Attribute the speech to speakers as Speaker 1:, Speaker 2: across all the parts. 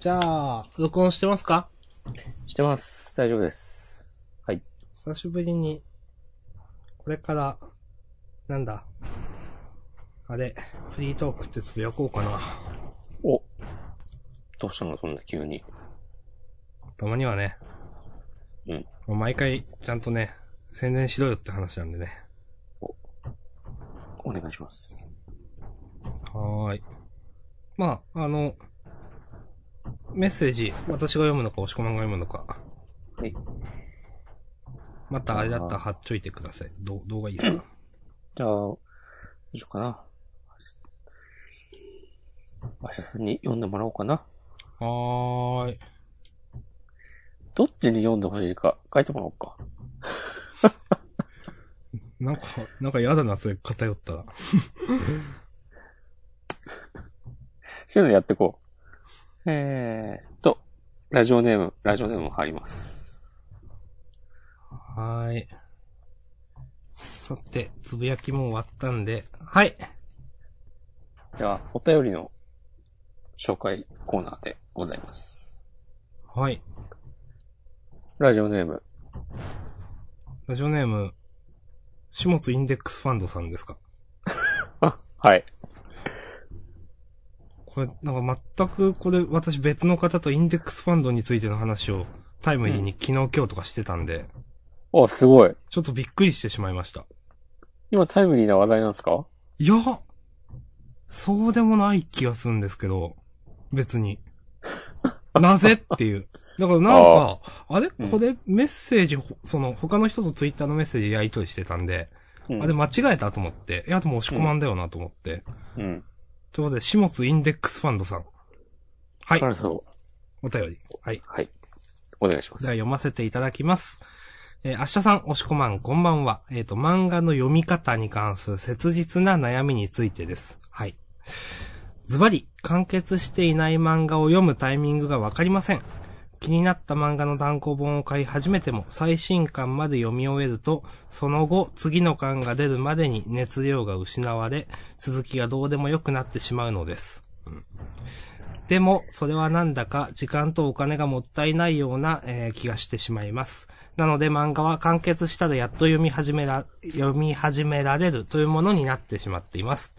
Speaker 1: じゃあ、録音してますか
Speaker 2: してます。大丈夫です。はい。
Speaker 1: 久しぶりに、これから、なんだ、あれ、フリートークってつぶやこうかな。
Speaker 2: お。どうしたのそんな急に。
Speaker 1: たまにはね。
Speaker 2: うん。
Speaker 1: もう毎回、ちゃんとね、宣伝しろよって話なんでね。
Speaker 2: お願いします。
Speaker 1: はーい。まあ、あの、メッセージ、私が読むのか、押し込まんが読むのか。
Speaker 2: はい。
Speaker 1: またあれだったら貼っちょいてください。どう、動画いいですか
Speaker 2: じゃあ、どうしようかな。馬車さんに読んでもらおうかな。
Speaker 1: はーい。
Speaker 2: どっちに読んでほしいか書いてもらおうか。
Speaker 1: なんか、なんか嫌だな、それ偏ったら。
Speaker 2: そういうのやってこう。えーっと、ラジオネーム、ラジオネームを貼ります。
Speaker 1: はーい。さて、つぶやきも終わったんで、はい。
Speaker 2: では、お便りの紹介コーナーでございます。
Speaker 1: はい。
Speaker 2: ラジオネーム、
Speaker 1: ラジオネーム、始末インデックスファンドさんですか
Speaker 2: あ、はい。
Speaker 1: これ、なんか全くこれ、私別の方とインデックスファンドについての話をタイムリーに昨日今日とかしてたんで、
Speaker 2: お、すごい。
Speaker 1: ちょっとびっくりしてしまいました。
Speaker 2: 今タイムリーな話題なんですか
Speaker 1: いや、そうでもない気がするんですけど、別に。 なぜっていう。だからなんか、あれ
Speaker 2: うん
Speaker 1: これメッセージ、ほその他の人とツイッターのメッセージやりとりしてたんで、
Speaker 2: うん
Speaker 1: あれ間違えたと思って、いやでも押し込まんだよなと思って。
Speaker 2: うん。
Speaker 1: ということで、始末インデックスファンドさん。はい
Speaker 2: な、るほど。
Speaker 1: お便り。はい。
Speaker 2: はい。お願いしま。
Speaker 1: ですは読ませていただきます。えー、明日さん、押しこまん、こんばんは。えっ、と、漫画の読み方に関する切実な悩みについてです。はい。ズバリ、完結していない漫画を読むタイミングがわかりません。気になった漫画の単行本を買い始めても、最新刊まで読み終えると、その後、次の巻が出るまでに熱量が失われ、続きがどうでもよくなってしまうのです。でも、それはなんだか時間とお金がもったいないような、えー気がしてしまいます。なので漫画は完結したらやっと読み始めら、読み始められるというものになってしまっています。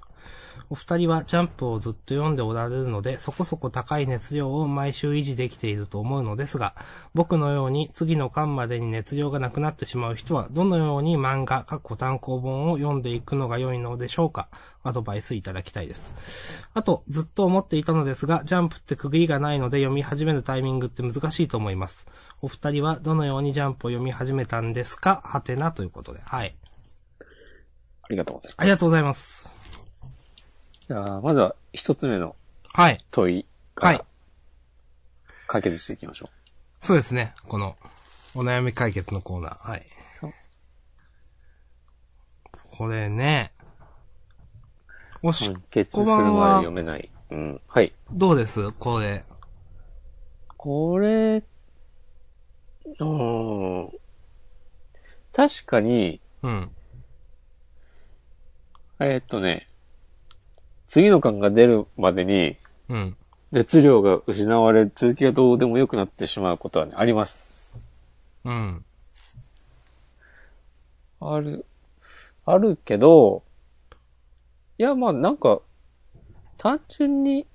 Speaker 1: お二人はジャンプをずっと読んでおられるので、そこそこ高い熱量を毎週維持できていると思うのですが、僕のように次の巻までに熱量がなくなってしまう人は、どのように漫画、過去単行本を読んでいくのが良いのでしょうかアドバイスいただきたいです。あと、ずっと思っていたのですが、ジャンプって区切りがないので読み始めるタイミングって難しいと思います。お二人はどのようにジャンプを読み始めたんですかはてなということで。はい。
Speaker 2: ありがとうございま
Speaker 1: ありがとうございます。
Speaker 2: す。じゃあ、まずは一つ目の
Speaker 1: はい。
Speaker 2: 問いか
Speaker 1: はい
Speaker 2: ら。解決していきましょ
Speaker 1: そうですね。この、お悩み解決のコーナー。はい。
Speaker 2: う。
Speaker 1: これね。おし、
Speaker 2: 完結するまで読めない。うん。はい。
Speaker 1: どうですこれ。
Speaker 2: これ、うーん。確かに、
Speaker 1: うん。
Speaker 2: えーっとね、次の感が出るまでに
Speaker 1: うん。
Speaker 2: 熱量が失われ、続きがどうでもよくなってしまうことはね、あります。
Speaker 1: うん。
Speaker 2: ある、あるけど、いや、まあなんか、単純に、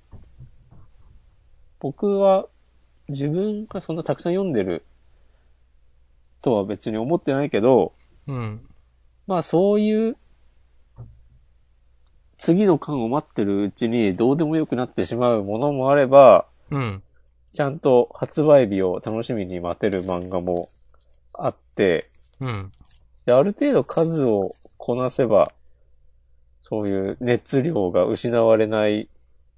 Speaker 2: 僕は自分がそんなたくさん読んでるとは別に思ってないけど、
Speaker 1: うん。
Speaker 2: まあそういう、次の巻を待ってるうちにどうでもよくなってしまうものもあれば、
Speaker 1: うん。
Speaker 2: ちゃんと発売日を楽しみに待てる漫画もあって、
Speaker 1: うん。
Speaker 2: で、ある程度数をこなせば、そういう熱量が失われない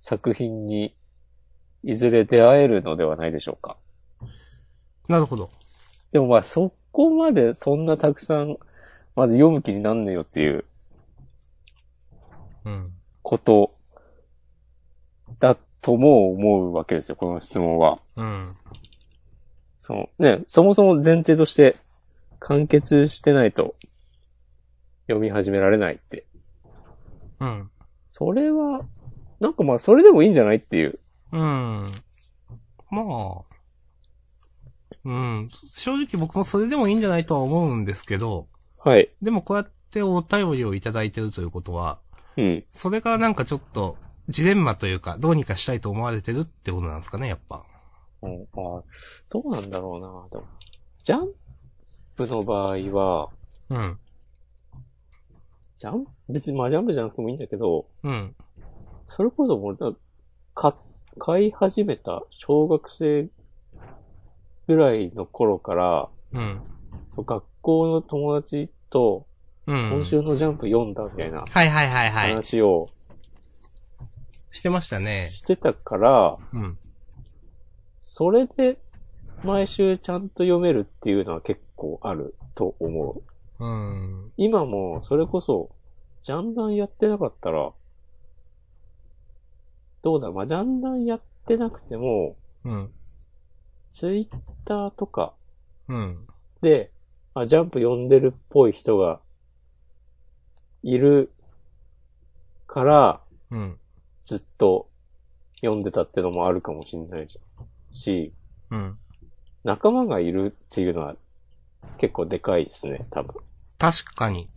Speaker 2: 作品に、いずれ出会えるのではないでしょうか。
Speaker 1: なるほど。
Speaker 2: でもまあそこまでそんなたくさん、まず読む気になんねえよっていう
Speaker 1: うん。
Speaker 2: ことだとも思うわけですよ、この質問は。
Speaker 1: うん。
Speaker 2: そのね、そもそも前提として完結してないと読み始められないって
Speaker 1: うん。
Speaker 2: それは、なんかまあ、それでもいいんじゃないっていう。
Speaker 1: うん。まあ、うん、正直僕もそれでもいいんじゃないとは思うんですけど、
Speaker 2: はい。
Speaker 1: でもこうやってお便りをいただいてるということは、
Speaker 2: うん。
Speaker 1: それがなんかちょっと、ジレンマというか、どうにかしたいと思われてるってことなんですかね、やっぱ。
Speaker 2: うん、あどうなんだろうな。でも、ジャンプの場合は、
Speaker 1: うん。
Speaker 2: ジャン別にまあジャンプじゃなくてもいいんだけど、
Speaker 1: うん。
Speaker 2: それこそもうな、か、買い始めた小学生ぐらいの頃から、
Speaker 1: うん。
Speaker 2: そう学校の友達と、
Speaker 1: うん。
Speaker 2: 今週のジャンプ読んだみたいな
Speaker 1: はいはいはいはい。
Speaker 2: 話を
Speaker 1: してましたね。
Speaker 2: してたから、
Speaker 1: うん。
Speaker 2: それで毎週ちゃんと読めるっていうのは結構あると思う。
Speaker 1: うん。
Speaker 2: 今もそれこそ、ジャンダンやってなかったら、どうだろう、まあ、ジャンダンやってなくても、
Speaker 1: うん。
Speaker 2: ツイッターとか、
Speaker 1: うん。
Speaker 2: で、あ、ジャンプ読んでるっぽい人が、いるから、
Speaker 1: うん。
Speaker 2: ずっと読んでたってのもあるかもしんないし、
Speaker 1: うん。
Speaker 2: 仲間がいるっていうのは結構でかいですね、多分。
Speaker 1: 確かに。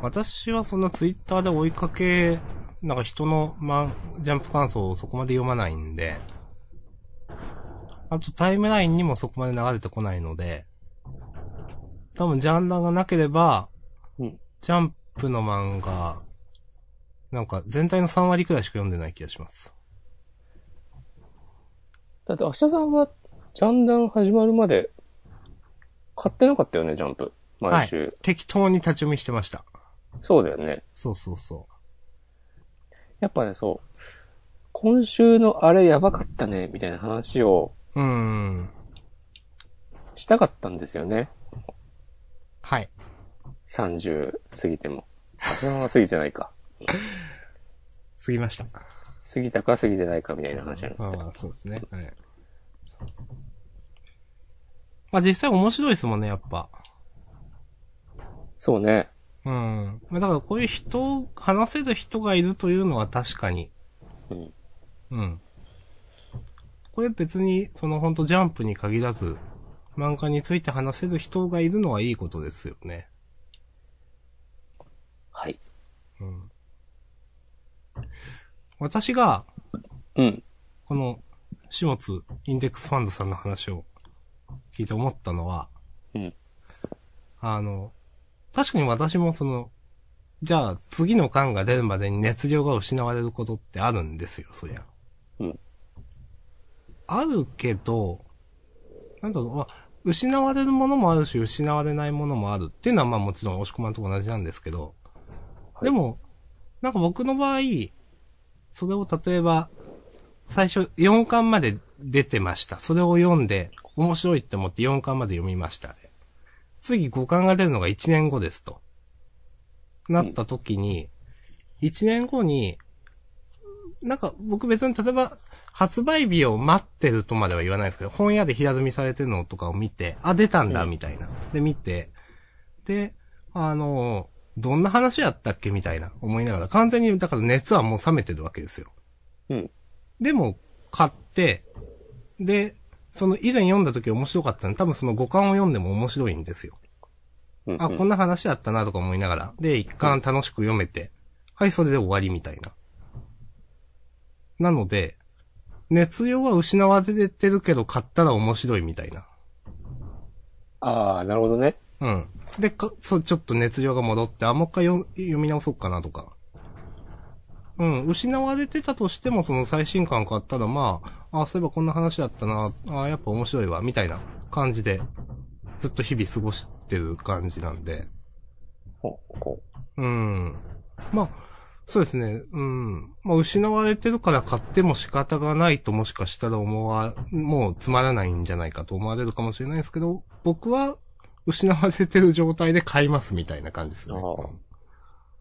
Speaker 1: 私はそんなツイッターで追いかけ、なんか人のマン、ジャンプ感想をそこまで読まないんで、あとタイムラインにもそこまで流れてこないので、多分ジャンダーがなければ、
Speaker 2: うん
Speaker 1: ジャンプの漫画、なんか全体の3割くらいしか読んでない気がします。
Speaker 2: だって、明日さんは、ジャンダン始まるまで、買ってなかったよね、ジャンプ。毎週。
Speaker 1: 適当に立ち読みしてました。
Speaker 2: そうだよね。
Speaker 1: そうそうそ
Speaker 2: やっぱね、そう。今週のあれやばかったね、みたいな話を
Speaker 1: う。うーん。
Speaker 2: したかったんですよね。
Speaker 1: はい。
Speaker 2: 30過ぎても。あそのまま過ぎてないか。
Speaker 1: 過ぎました。
Speaker 2: 過ぎたか過ぎてないかみたいな話なんで
Speaker 1: ますあ
Speaker 2: けど。
Speaker 1: まあ、そうですね。はい。まあ実際面白いですもんね、やっぱ。
Speaker 2: そうね。
Speaker 1: うん。まあだからこういう人、話せる人がいるというのは確かに。
Speaker 2: うん。
Speaker 1: うん。これ別に、そのほんとジャンプに限らず、漫画について話せる人がいるのはいいことですよね。
Speaker 2: はい。
Speaker 1: うん。私が、
Speaker 2: うん。
Speaker 1: この、始末インデックスファンドさんの話を聞いて思ったのは、
Speaker 2: うん
Speaker 1: あの、確かに私もその、じゃあ次の巻が出るまでに熱量が失われることってあるんですよ、そりゃ。
Speaker 2: うん
Speaker 1: あるけど、なんだろう、まあ、失われるものもあるし、失われないものもあるっていうのはまあもちろん押し込まんと同じなんですけど、
Speaker 2: はい
Speaker 1: でも、なんか僕の場合、それを例えば、最初4巻まで出てました。それを読んで、面白いって思って4巻まで読みました、ね。次5巻が出るのが1年後ですと。なった時に、1年後に、なんか僕別に例えば、発売日を待ってるとまでは言わないですけど、本屋で平積みされてるのとかを見て、あ、出たんだ、
Speaker 2: うん
Speaker 1: みたいな。で、見て、で、あの、どんな話やったっけみたいな、思いながら、完全に、だから熱はもう冷めてるわけですよ。
Speaker 2: うん。
Speaker 1: でも、買って、で、その以前読んだ時面白かったんで、多分その五巻を読んでも面白いんですよ。
Speaker 2: うん
Speaker 1: あ、こんな話だったなとか思いながら。で、一巻楽しく読めて、はい、それで終わりみたいな。なので、熱量は失われてるけど買ったら面白いみたいな。
Speaker 2: ああ、なるほどね。
Speaker 1: うん。で、か、そう、ちょっと熱量が戻って、あ、もう一回読読み直そうかなとか。うん、失われてたとしても、その最新刊買ったら、まあ、あ、そういえばこんな話だったな、あ、やっぱ面白いわ、みたいな感じで、ずっと日々過ごしてる感じなんで。
Speaker 2: ほうほ
Speaker 1: うん。まあ、そうですね。うん。まあ、失われてるから買っても仕方がないともしかしたら思わ、もうつまらないんじゃないかと思われるかもしれないですけど、僕は失われてる状態で買いますみたいな感じですね。
Speaker 2: ああ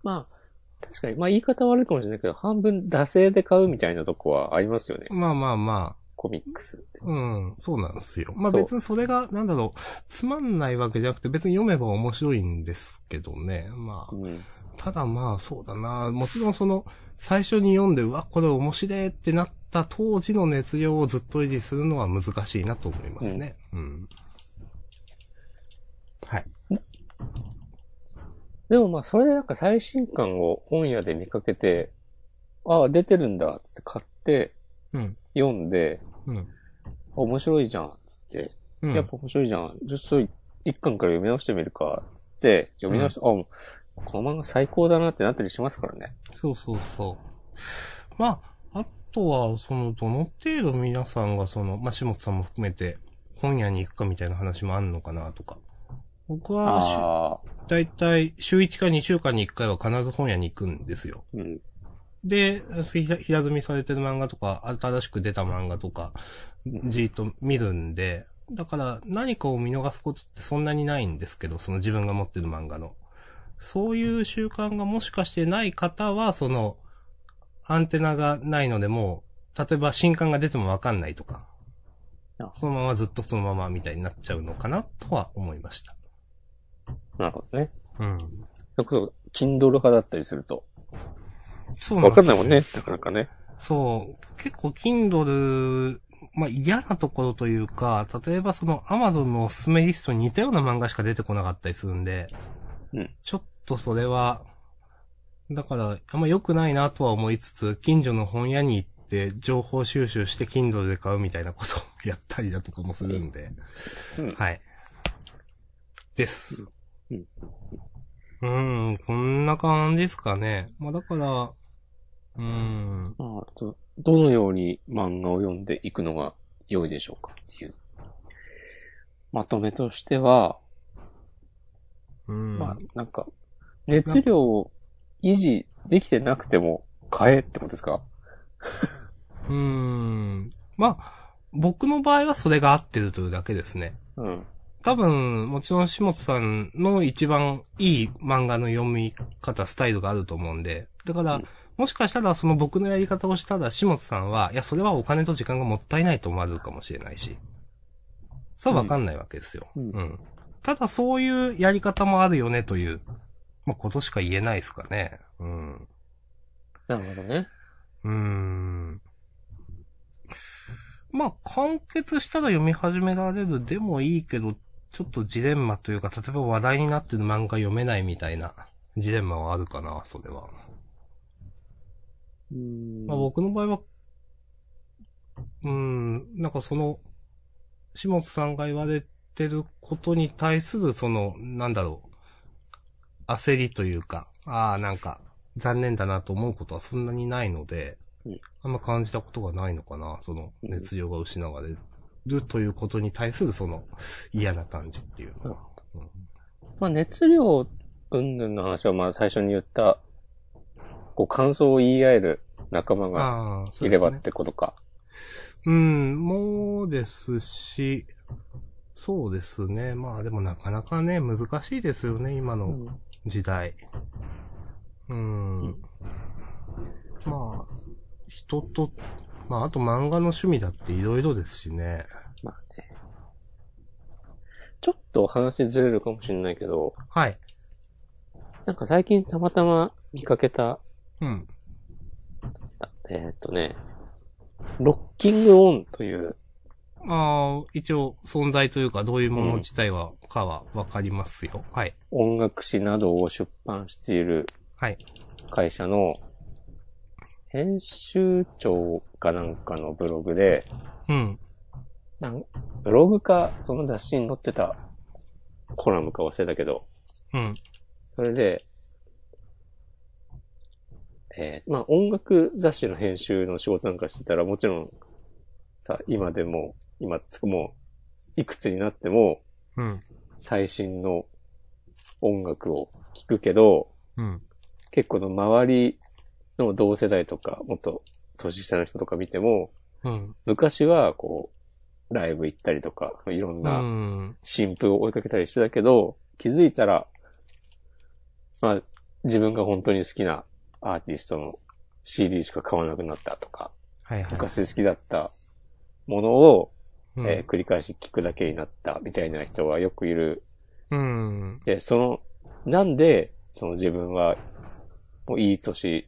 Speaker 2: まあ、確かに、まあ言い方悪いかもしれないけど、半分惰性で買うみたいなとこはありますよね。
Speaker 1: まあまあま
Speaker 2: コミックスって
Speaker 1: あ、。うん、そうなんですよ。まあ
Speaker 2: そう
Speaker 1: 別にそれが、なんだろう、つまんないわけじゃなくて別に読めば面白いんですけどね。まあ
Speaker 2: う、ん。
Speaker 1: ただまあそうだな。もちろんその最初に読んで、うわ、これ面白いってなったった当時の熱量をずっと維持するのは難しいなと思いますね。うん。はい。
Speaker 2: でもまあ、それでなんか最新刊を本屋で見かけて、ああ、出てるんだ、つって買って、
Speaker 1: うん。
Speaker 2: 読んで、
Speaker 1: うん。
Speaker 2: 面白いじゃん、つって、
Speaker 1: うん。
Speaker 2: やっぱ面白いじゃん。ちょっとそれ一巻から読み直してみるか、つって、読み直して、あ、もうこの漫画最高だなってなったりしますからね。
Speaker 1: そうそうそう。まあ、あとは、その、どの程度皆さんが、その、まあ、下津さんも含めて、本屋に行くかみたいな話もあんのかなとか。僕は、
Speaker 2: ああ、
Speaker 1: だいたい週1か2週間に1回は必ず本屋に行くんですよ。
Speaker 2: うん。
Speaker 1: で、ひら平積みされてる漫画とか、新しく出た漫画とか、じーっと見るんで、だから何かを見逃すことってそんなにないんですけど、その自分が持ってる漫画の。そういう習慣がもしかしてない方は、その、アンテナがないのでもう、例えば新刊が出てもわかんないとか
Speaker 2: あ、
Speaker 1: そのままずっとそのままみたいになっちゃうのかなとは思いました。
Speaker 2: なるほどね。
Speaker 1: うん。
Speaker 2: それこそ、Kindle 派だったりすると。
Speaker 1: そう
Speaker 2: わ
Speaker 1: です
Speaker 2: か
Speaker 1: よ
Speaker 2: んないもんね、なかなかね。
Speaker 1: そう。結構 Kindle、まあ、嫌なところというか、例えばその Amazon のおすすめリストに似たような漫画しか出てこなかったりするんで、
Speaker 2: うん
Speaker 1: ちょっとそれは、だから、あんま良くないなとは思いつつ、近所の本屋に行って、情報収集して Kindle で買うみたいなことをやったりだとかもするんで、
Speaker 2: うん
Speaker 1: はい。です。
Speaker 2: う
Speaker 1: うん、ん、こんな感じですかね。まあ、だから、うん、
Speaker 2: まあどどのように漫画を読んでいくのが良いでしょうかっていう。まとめとしては、
Speaker 1: うん。
Speaker 2: まあ、なんか、熱量を維持できてなくても買えってことですか
Speaker 1: うーん。まあ、僕の場合はそれが合ってるというだけですね。
Speaker 2: うん。
Speaker 1: 多分、もちろん、下津さんの一番いい漫画の読み方、スタイルがあると思うんで。だから、
Speaker 2: うん
Speaker 1: もしかしたら、その僕のやり方をしたら、下津さんは、いや、それはお金と時間がもったいないと思われるかもしれないし。さあ、わかんないわけですよ。
Speaker 2: うん
Speaker 1: うん。ただ、そういうやり方もあるよね、という、まあ、ことしか言えないですかね。うん。
Speaker 2: なるほどね。
Speaker 1: うーん。まあ、完結したら読み始められるでもいいけど、ちょっとジレンマというか、例えば話題になってる漫画読めないみたいなジレンマはあるかな、それは。
Speaker 2: うん
Speaker 1: まあ僕の場合は、うーん、なんかその、下津さんが言われてることに対する、その、なんだろう、焦りというか、ああ、なんか、残念だなと思うことはそんなにないので、
Speaker 2: うん
Speaker 1: あんま感じたことがないのかな、その、
Speaker 2: うん
Speaker 1: 熱量が失われるということに対する、その、嫌な感じっていうのは。
Speaker 2: まあ、熱量云々の話は、まあ、最初に言った、こう、感想を言い合える仲間が
Speaker 1: ああ、そ
Speaker 2: いう
Speaker 1: で
Speaker 2: れ
Speaker 1: す
Speaker 2: ば
Speaker 1: ね
Speaker 2: っ。てことか。
Speaker 1: うん、もうですし、そうですね。まあでもなかなかね、難しいですよね、今の
Speaker 2: うん
Speaker 1: 時代。うん。
Speaker 2: うん
Speaker 1: まあ、人と、まああと漫画の趣味だっていろいろですしね。
Speaker 2: まあね。ちょっと話ずれるかもしれないけど、
Speaker 1: はい。
Speaker 2: なんか最近たまたま見かけた、
Speaker 1: うん。
Speaker 2: えーっとね、ロッキングオンという、
Speaker 1: ああ、一応存在というかどういうもの自体は、かはわかりますよ。はい。
Speaker 2: 音楽誌などを出版している
Speaker 1: はい。
Speaker 2: 会社の編集長かなんかのブログで、
Speaker 1: うん。
Speaker 2: なんブログか、その雑誌に載ってたコラムか忘れたけど、
Speaker 1: うん。
Speaker 2: それで、えーまあ音楽雑誌の編集の仕事なんかしてたらもちろん、さ、今でも、今つくもう、いくつになっても
Speaker 1: うん。
Speaker 2: 最新の音楽を聴くけど、
Speaker 1: うん。
Speaker 2: 結構の周りの同世代とか、もっと年下の人とか見ても、
Speaker 1: うん。
Speaker 2: 昔はこう、ライブ行ったりとか、いろん
Speaker 1: う
Speaker 2: な、
Speaker 1: ん。
Speaker 2: 新婦を追いかけたりしてたけど、気づいたら、まあ、自分が本当に好きなアーティストの CD しか買わなくなったとか、
Speaker 1: はいはい。
Speaker 2: 昔好きだったものを、
Speaker 1: うん
Speaker 2: えー繰り返し聞くだけになったみたいな人はよくいる。
Speaker 1: うん。
Speaker 2: で、その、なんで、その自分は、もういい年、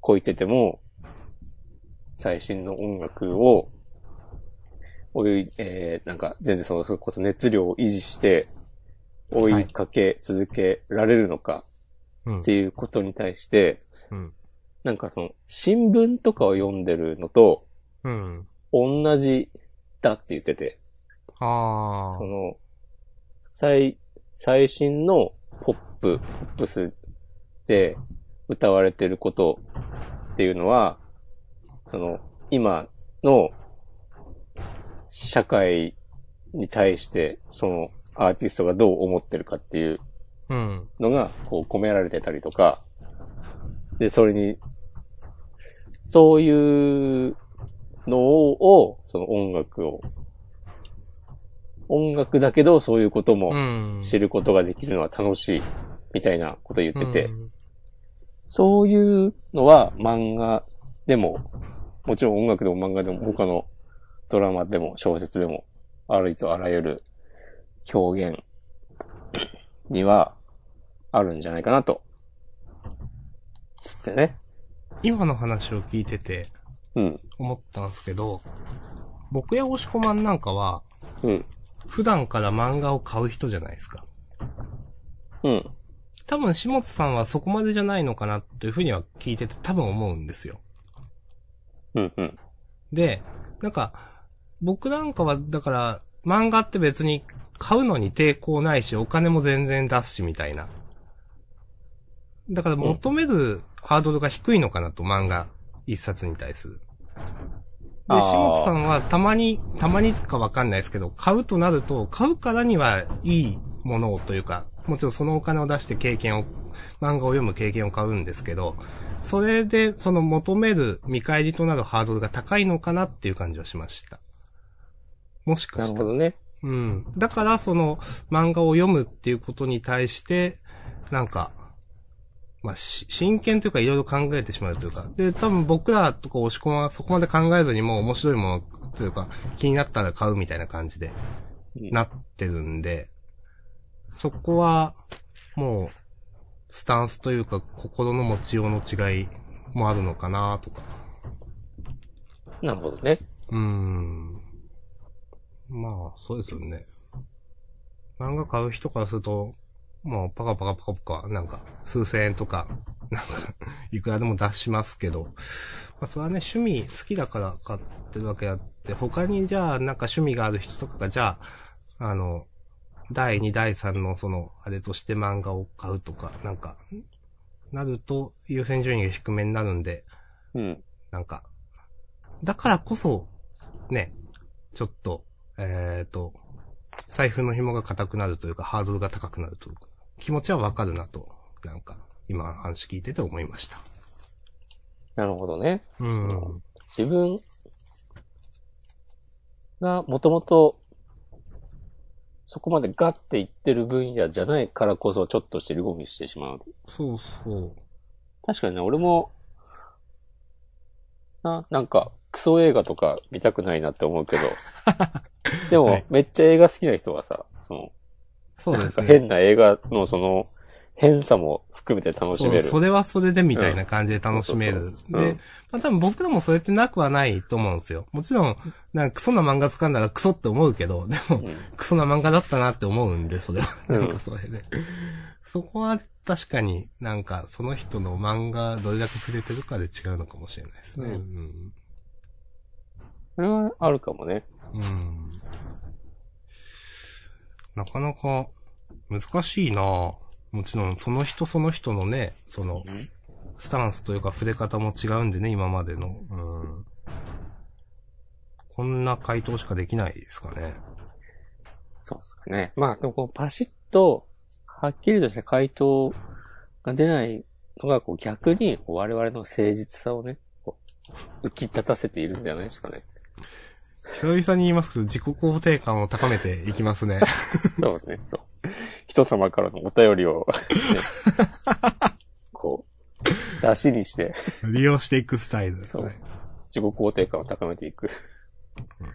Speaker 2: こいてても、最新の音楽を、おい、えー、なんか、全然その、それこそ熱量を維持して、追いかけ続けられるのか
Speaker 1: うん
Speaker 2: っ。ていうことに対して、
Speaker 1: うん。
Speaker 2: なんかその、新聞とかを読んでるのと、
Speaker 1: うん。
Speaker 2: 同じだって言ってて、
Speaker 1: あ
Speaker 2: その、最、最新のポップ、ポップスで歌われてることっていうのは、その、今の社会に対して、そのアーティストがどう思ってるかっていう
Speaker 1: あ。うん。
Speaker 2: のが、こう、込められてたりとか、で、それに、そういうのを、その音楽を、音楽だけど、そういうこと
Speaker 1: う
Speaker 2: も
Speaker 1: ん。
Speaker 2: 知ることができるのは楽しい、みたいなこと言ってて、
Speaker 1: うん
Speaker 2: そういうのは漫画でも、もちろん音楽でも漫画でも、他のドラマでも小説でも、あるいとあらゆる表現にはあるんじゃないかなと。つってね。
Speaker 1: 今の話を聞いてて
Speaker 2: うん。
Speaker 1: 思ったんですけど、僕や押し込まんなんかは、
Speaker 2: うん。
Speaker 1: 普段から漫画を買う人じゃないですか。
Speaker 2: うん。
Speaker 1: 多分、下津さんはそこまでじゃないのかなっていうふうには聞いてて多分思うんですよ。
Speaker 2: うん。うん。
Speaker 1: で、なんか、僕なんかは、だから、漫画って別に買うのに抵抗ないし、お金も全然出すし、みたいな。だから求めるハードルが低いのかなと、漫画一冊に対する。で、
Speaker 2: あー
Speaker 1: 下津さんはたまに、たまにかわかんないですけど、買うとなると、買うからにはいいものをというか、もちろんそのお金を出して経験を、漫画を読む経験を買うんですけど、それで、その求める見返りとなるハードルが高いのかなっていう感じはしました。もしか
Speaker 2: な
Speaker 1: し
Speaker 2: る
Speaker 1: た
Speaker 2: ほ
Speaker 1: ら。
Speaker 2: どね。
Speaker 1: うん。だから、その、漫画を読むっていうことに対して、なんか、まあ、し真剣というか、いろいろ考えてしまうというか。で、多分僕らとか押し込まはそこまで考えずにもう面白いものというか、気になったら買うみたいな感じで、
Speaker 2: うん
Speaker 1: なってるんで、そこは、もう、スタンスというか、心の持ちようの違いもあるのかなとか。
Speaker 2: なるほどね。
Speaker 1: うーん。まあ、そうですよね。漫画買う人からすると、もうパカパカパカパカ、なんか、数千円とか、なんか、 いくらでも出しますけど、まあそれはね、趣味好きだから買ってるわけあって、他にじゃあ、なんか趣味がある人とかが、じゃあ、あの、第2、第3のその、あれとして漫画を買うとか、なんか、なると優先順位が低めになるんで、
Speaker 2: うん。
Speaker 1: なんか、だからこそ、ね、ちょっと、えっ、と、財布の紐が固くなるというか、ハードルが高くなるというか、気持ちはわかるなと、なんか、今の話聞いてて思いました。
Speaker 2: なるほどね。
Speaker 1: うん。
Speaker 2: 自分がもともとそこまでガッていってる分野じゃないからこそちょっと尻込みしてしまう。
Speaker 1: そうそ
Speaker 2: 確かにね、俺も、な、なんか、クソ映画とか見たくないなって 思うけど。でも、
Speaker 1: はい
Speaker 2: めっちゃ映画好きな人はさ、その、
Speaker 1: う。そう
Speaker 2: な
Speaker 1: で
Speaker 2: ん
Speaker 1: す
Speaker 2: か
Speaker 1: ね。
Speaker 2: 変な映画のその、変さも含めて楽
Speaker 1: そ
Speaker 2: しめ
Speaker 1: う
Speaker 2: る。
Speaker 1: それはそれでみたいな感じで楽しめる。
Speaker 2: うんそうそうそうう
Speaker 1: で
Speaker 2: ん、
Speaker 1: まあ多分僕らもそれってなくはないと思うんですよ。もちろん、なんかクソな漫画掴んだらクソって思うけど、でも、
Speaker 2: うん
Speaker 1: クソな漫画だったなって思うんで、それは。
Speaker 2: う
Speaker 1: なんんかそれで。そこは確かになんかその人の漫画どれだけ触れてるかで違うのかもしれないですね。
Speaker 2: う
Speaker 1: うん。
Speaker 2: それはあるかもね。
Speaker 1: うん。なかなか難しいなぁもちろんその人その人のね、そのスタンスというか触れ方も違うんでね、今までの。うん。こんな回答しかできないですかね。
Speaker 2: そうっすかね。まあ、でもこうパシッと、はっきりとした回答が出ないのが、こう逆にこう我々の誠実さをね、こう浮き立たせているんじゃないですかね。
Speaker 1: 久々に言いますけど、自己肯定感を高めていきますね。
Speaker 2: そうですね、そう。人様からのお便り を、ねこう、出しにして、
Speaker 1: 利用していくスタイル。
Speaker 2: そう
Speaker 1: はい
Speaker 2: 自己肯定感を高めていく
Speaker 1: うん。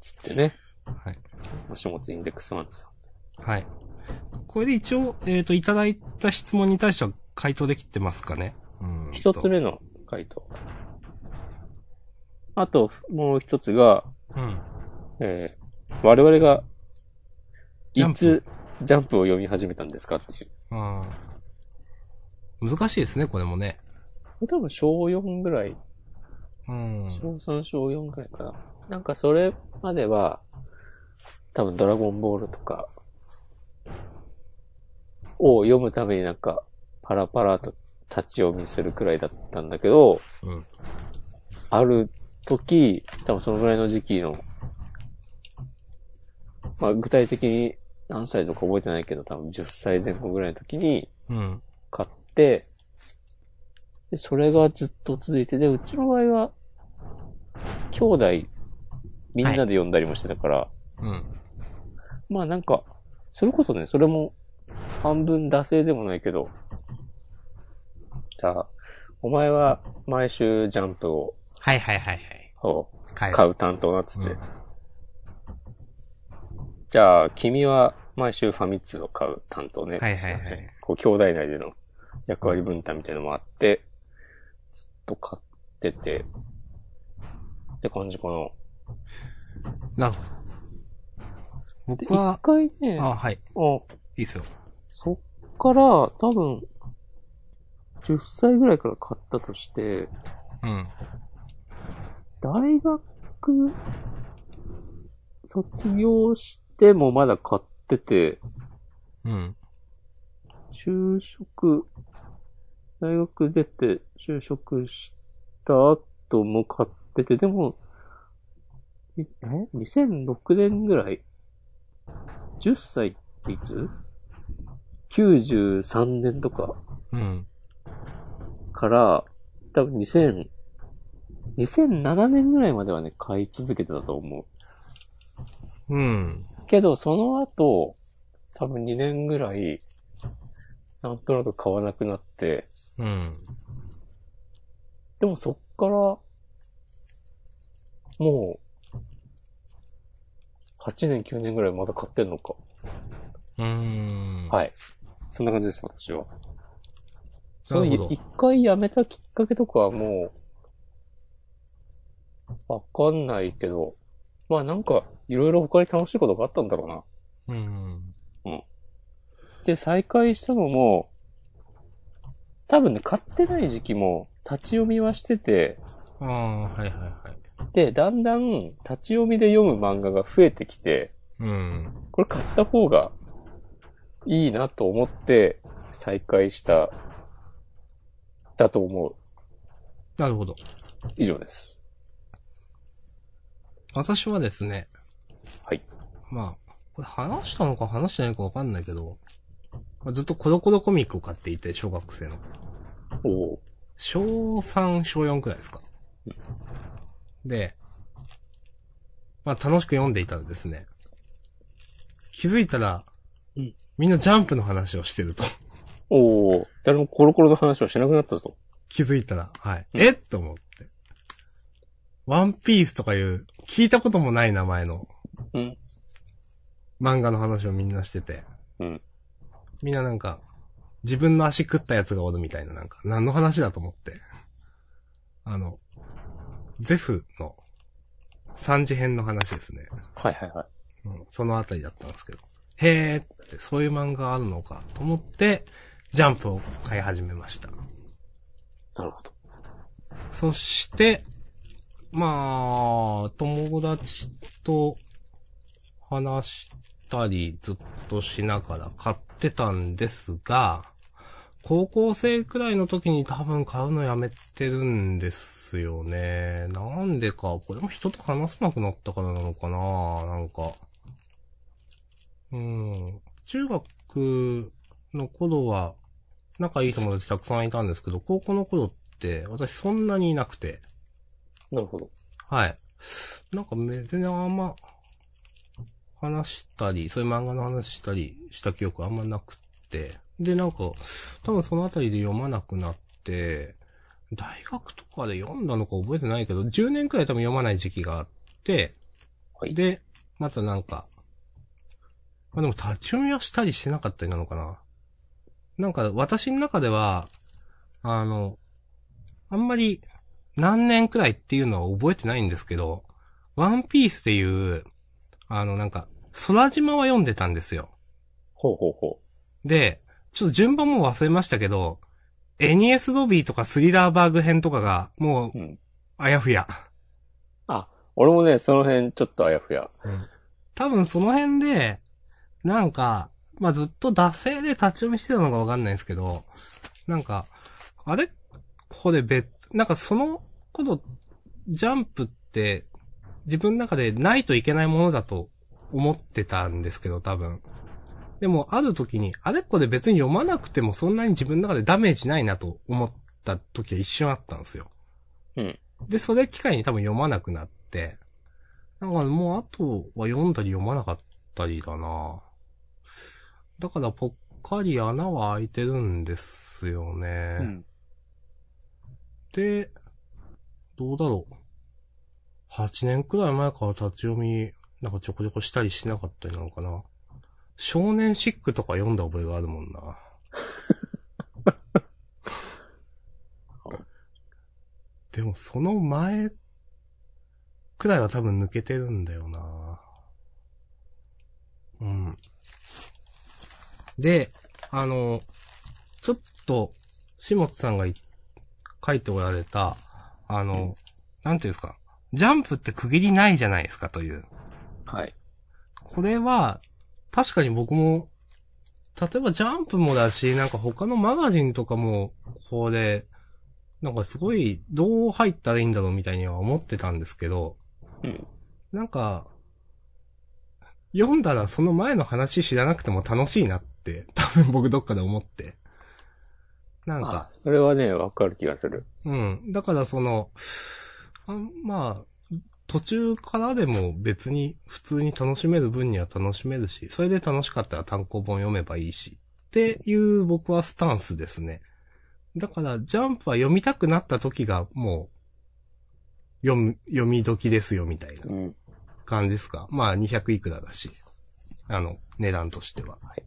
Speaker 2: つってね、
Speaker 1: はい。
Speaker 2: もしもつインデックスワンさん。
Speaker 1: はい。これで一応、えっ、と、いただいた質問に対しては回答できてますかね。うんと
Speaker 2: 一つ。目の回答。あと、もう一つが、
Speaker 1: うん。
Speaker 2: えー我々が、
Speaker 1: ジャ
Speaker 2: い
Speaker 1: ンプ
Speaker 2: つ、ジャンプを読み始めたんですかっていう。
Speaker 1: あー難しいですね、これもね。
Speaker 2: これ多分小4ぐらい、
Speaker 1: うん。
Speaker 2: 小3、小4ぐらいかな。なんかそれまでは、多分ドラゴンボールとか、を読むためになんか、パラパラと立ち読みするくらいだったんだけ
Speaker 1: う
Speaker 2: ど、
Speaker 1: ん。
Speaker 2: ある時、多分そのぐらいの時期の、まあ具体的に何歳とか覚えてないけど、多分10歳前後ぐらいの時に
Speaker 1: うん。
Speaker 2: 買って、で、それがずっと続いて、で、うちの場合は、兄弟、みんなで読んだりもしてたから、
Speaker 1: うん。
Speaker 2: まあなんか、それこそね、それも半分惰性でもないけど、じゃあ、お前は毎週ジャンプを、
Speaker 1: はいはいはいはい。
Speaker 2: を
Speaker 1: 買
Speaker 2: 買
Speaker 1: う。
Speaker 2: う担当なっつって、
Speaker 1: うん
Speaker 2: じゃあ、君は毎週ファミ通を買う担当ね。
Speaker 1: はいはいはい。
Speaker 2: こう、兄弟内での役割分担みたいなのもあって、ずっと買ってて、って感じかな。
Speaker 1: なるほど。僕
Speaker 2: で、一
Speaker 1: は、
Speaker 2: 回ね、あ
Speaker 1: あはい。いいっすよ。
Speaker 2: そっから、多分、10歳ぐらいから買ったとして、
Speaker 1: うん。
Speaker 2: 大学、卒業してもまだ買ってて、
Speaker 1: うん。
Speaker 2: 就職、大学出て就職した後も買ってて、でも、いえ ?2006 年ぐらい ?10 歳っていつ ?93 年とか
Speaker 1: うん。
Speaker 2: から、多分2000、2007年ぐらいまではね、買い続けてたと思
Speaker 1: うん。
Speaker 2: う。けど、その後、多分2年ぐらい、なんとなく買わなくなって、
Speaker 1: うん。
Speaker 2: でもそっから、もう、8年、9年ぐらいまだ買ってんのか。
Speaker 1: うーん。
Speaker 2: はい。そんな感じです、私は。
Speaker 1: な
Speaker 2: そう
Speaker 1: る
Speaker 2: い
Speaker 1: ほ
Speaker 2: う
Speaker 1: ど。
Speaker 2: 一回やめたきっかけとかはもう、わかんないけど、まあなんか、いろいろ他に楽しいことがあったんだろうな。
Speaker 1: うん。
Speaker 2: で、再開したのも、多分ね、買ってない時期も、立ち読みはしてて、
Speaker 1: ああ、はいはいはい。
Speaker 2: で、だんだん、立ち読みで読む漫画が増えてきて、
Speaker 1: うん。
Speaker 2: これ買った方がいいなと思って再開した、だと思う。
Speaker 1: なるほど。
Speaker 2: 以上です。
Speaker 1: 私はですね。
Speaker 2: はい。
Speaker 1: まあ、これ話したのか話してないかわかんないけど、まあずっとコロコロコミックを買っていて、小学生の。
Speaker 2: おお
Speaker 1: 小3、小4くらいですか。で、まあ楽しく読んでいたらですね、気づいたら、
Speaker 2: うん
Speaker 1: みんなジャンプの話をしてると。
Speaker 2: おお誰もコロコロの話はしなくなったぞ。
Speaker 1: 気づいたら、はい。
Speaker 2: うん
Speaker 1: えっと思って。ワンピースとかいう、聞いたこともない名前の
Speaker 2: うん。
Speaker 1: 漫画の話をみんなしてて。
Speaker 2: うん。
Speaker 1: みんななんか、自分の足食ったやつがおるみたいな、なんか、何の話だと思って。あの、ゼフの三次編の話ですね。
Speaker 2: はいはいはい。
Speaker 1: うん、そのあたりだったんですけど。へーって、そういう漫画あるのかと思って、ジャンプを買い始めました。
Speaker 2: なるほど。
Speaker 1: そして、まあ、友達と話したりずっとしながら買ってたんですが、高校生くらいの時に多分買うのやめてるんですよね。なんでか、これも人と話せなくなったからなのかななんか。うん。中学の頃は、仲いい友達たくさんいたんですけど、高校の頃って、私そんなにいなくて、
Speaker 2: なるほど。
Speaker 1: はい。なんかめ全然あんま、話したり、そういう漫画の話したりした記憶あんまなくって、で、なんか、多分そのあたりで読まなくなって、大学とかで読んだのか覚えてないけど、10年くらい多分読まない時期があって、
Speaker 2: はい
Speaker 1: で、またなんか、まあでも立ち読みはしたりしてなかったりなのかな。なんか私の中では、あの、あんまり何年くらいっていうのは覚えてないんですけど、ワンピースっていう、あのなんか、空島は読んでたんですよ。
Speaker 2: ほうほうほ
Speaker 1: で、ちょっと順番もう忘れましたけど、エニエスドビーとかスリラーバーグ編とかが、もう
Speaker 2: う。、うん。
Speaker 1: あやふや。
Speaker 2: あ、俺もね、その辺ちょっとあやふや。
Speaker 1: 多分その辺で、なんか、まあ、ずっと惰性で立ち読みしてたのかわかんないですけど、なんか、あれこれ別、なんかそのこと、ジャンプって、自分の中でないといけないものだと思ってたんですけど、多分。でも、ある時に、あれこれ別に読まなくてもそんなに自分の中でダメージないなと思った時は一瞬あったんですよ。
Speaker 2: うん。
Speaker 1: で、それ機会に多分読まなくなって、なんかもうあとは読んだり読まなかったりだなだからぽっかり穴は開いてるんですよね。
Speaker 2: うん。
Speaker 1: で、どうだろう。8年くらい前から立ち読み、なんかちょこちょこしたりしなかったりなのかな。少年シックとか読んだ覚えがあるもんな。でもその前くらいは多分抜けてるんだよな。うん。で、あの、ちょっと、下津さんが言っ書いておられた、あの、
Speaker 2: うん
Speaker 1: なんていうんですか、ジャンプって区切りないじゃないですかという。
Speaker 2: はい。
Speaker 1: これは、確かに僕も、例えばジャンプもだし、なんか他のマガジンとかも、これ、なんかすごい、どう入ったらいいんだろうみたいには思ってたんですけど、
Speaker 2: うん。
Speaker 1: なんか、読んだらその前の話知らなくても楽しいなって、多分僕どっかで思って。なんか、
Speaker 2: あ、それはね、わかる気がする。
Speaker 1: うん。だからその、あまあ、途中からでも別に普通に楽しめる分には楽しめるし、それで楽しかったら単行本読めばいいし、っていう僕はスタンスですね。だから、ジャンプは読みたくなった時がもう、読む、読み時ですよみたいな
Speaker 2: うん。
Speaker 1: 感じですか。まあ、200いくらだし、あの、値段としては。
Speaker 2: はい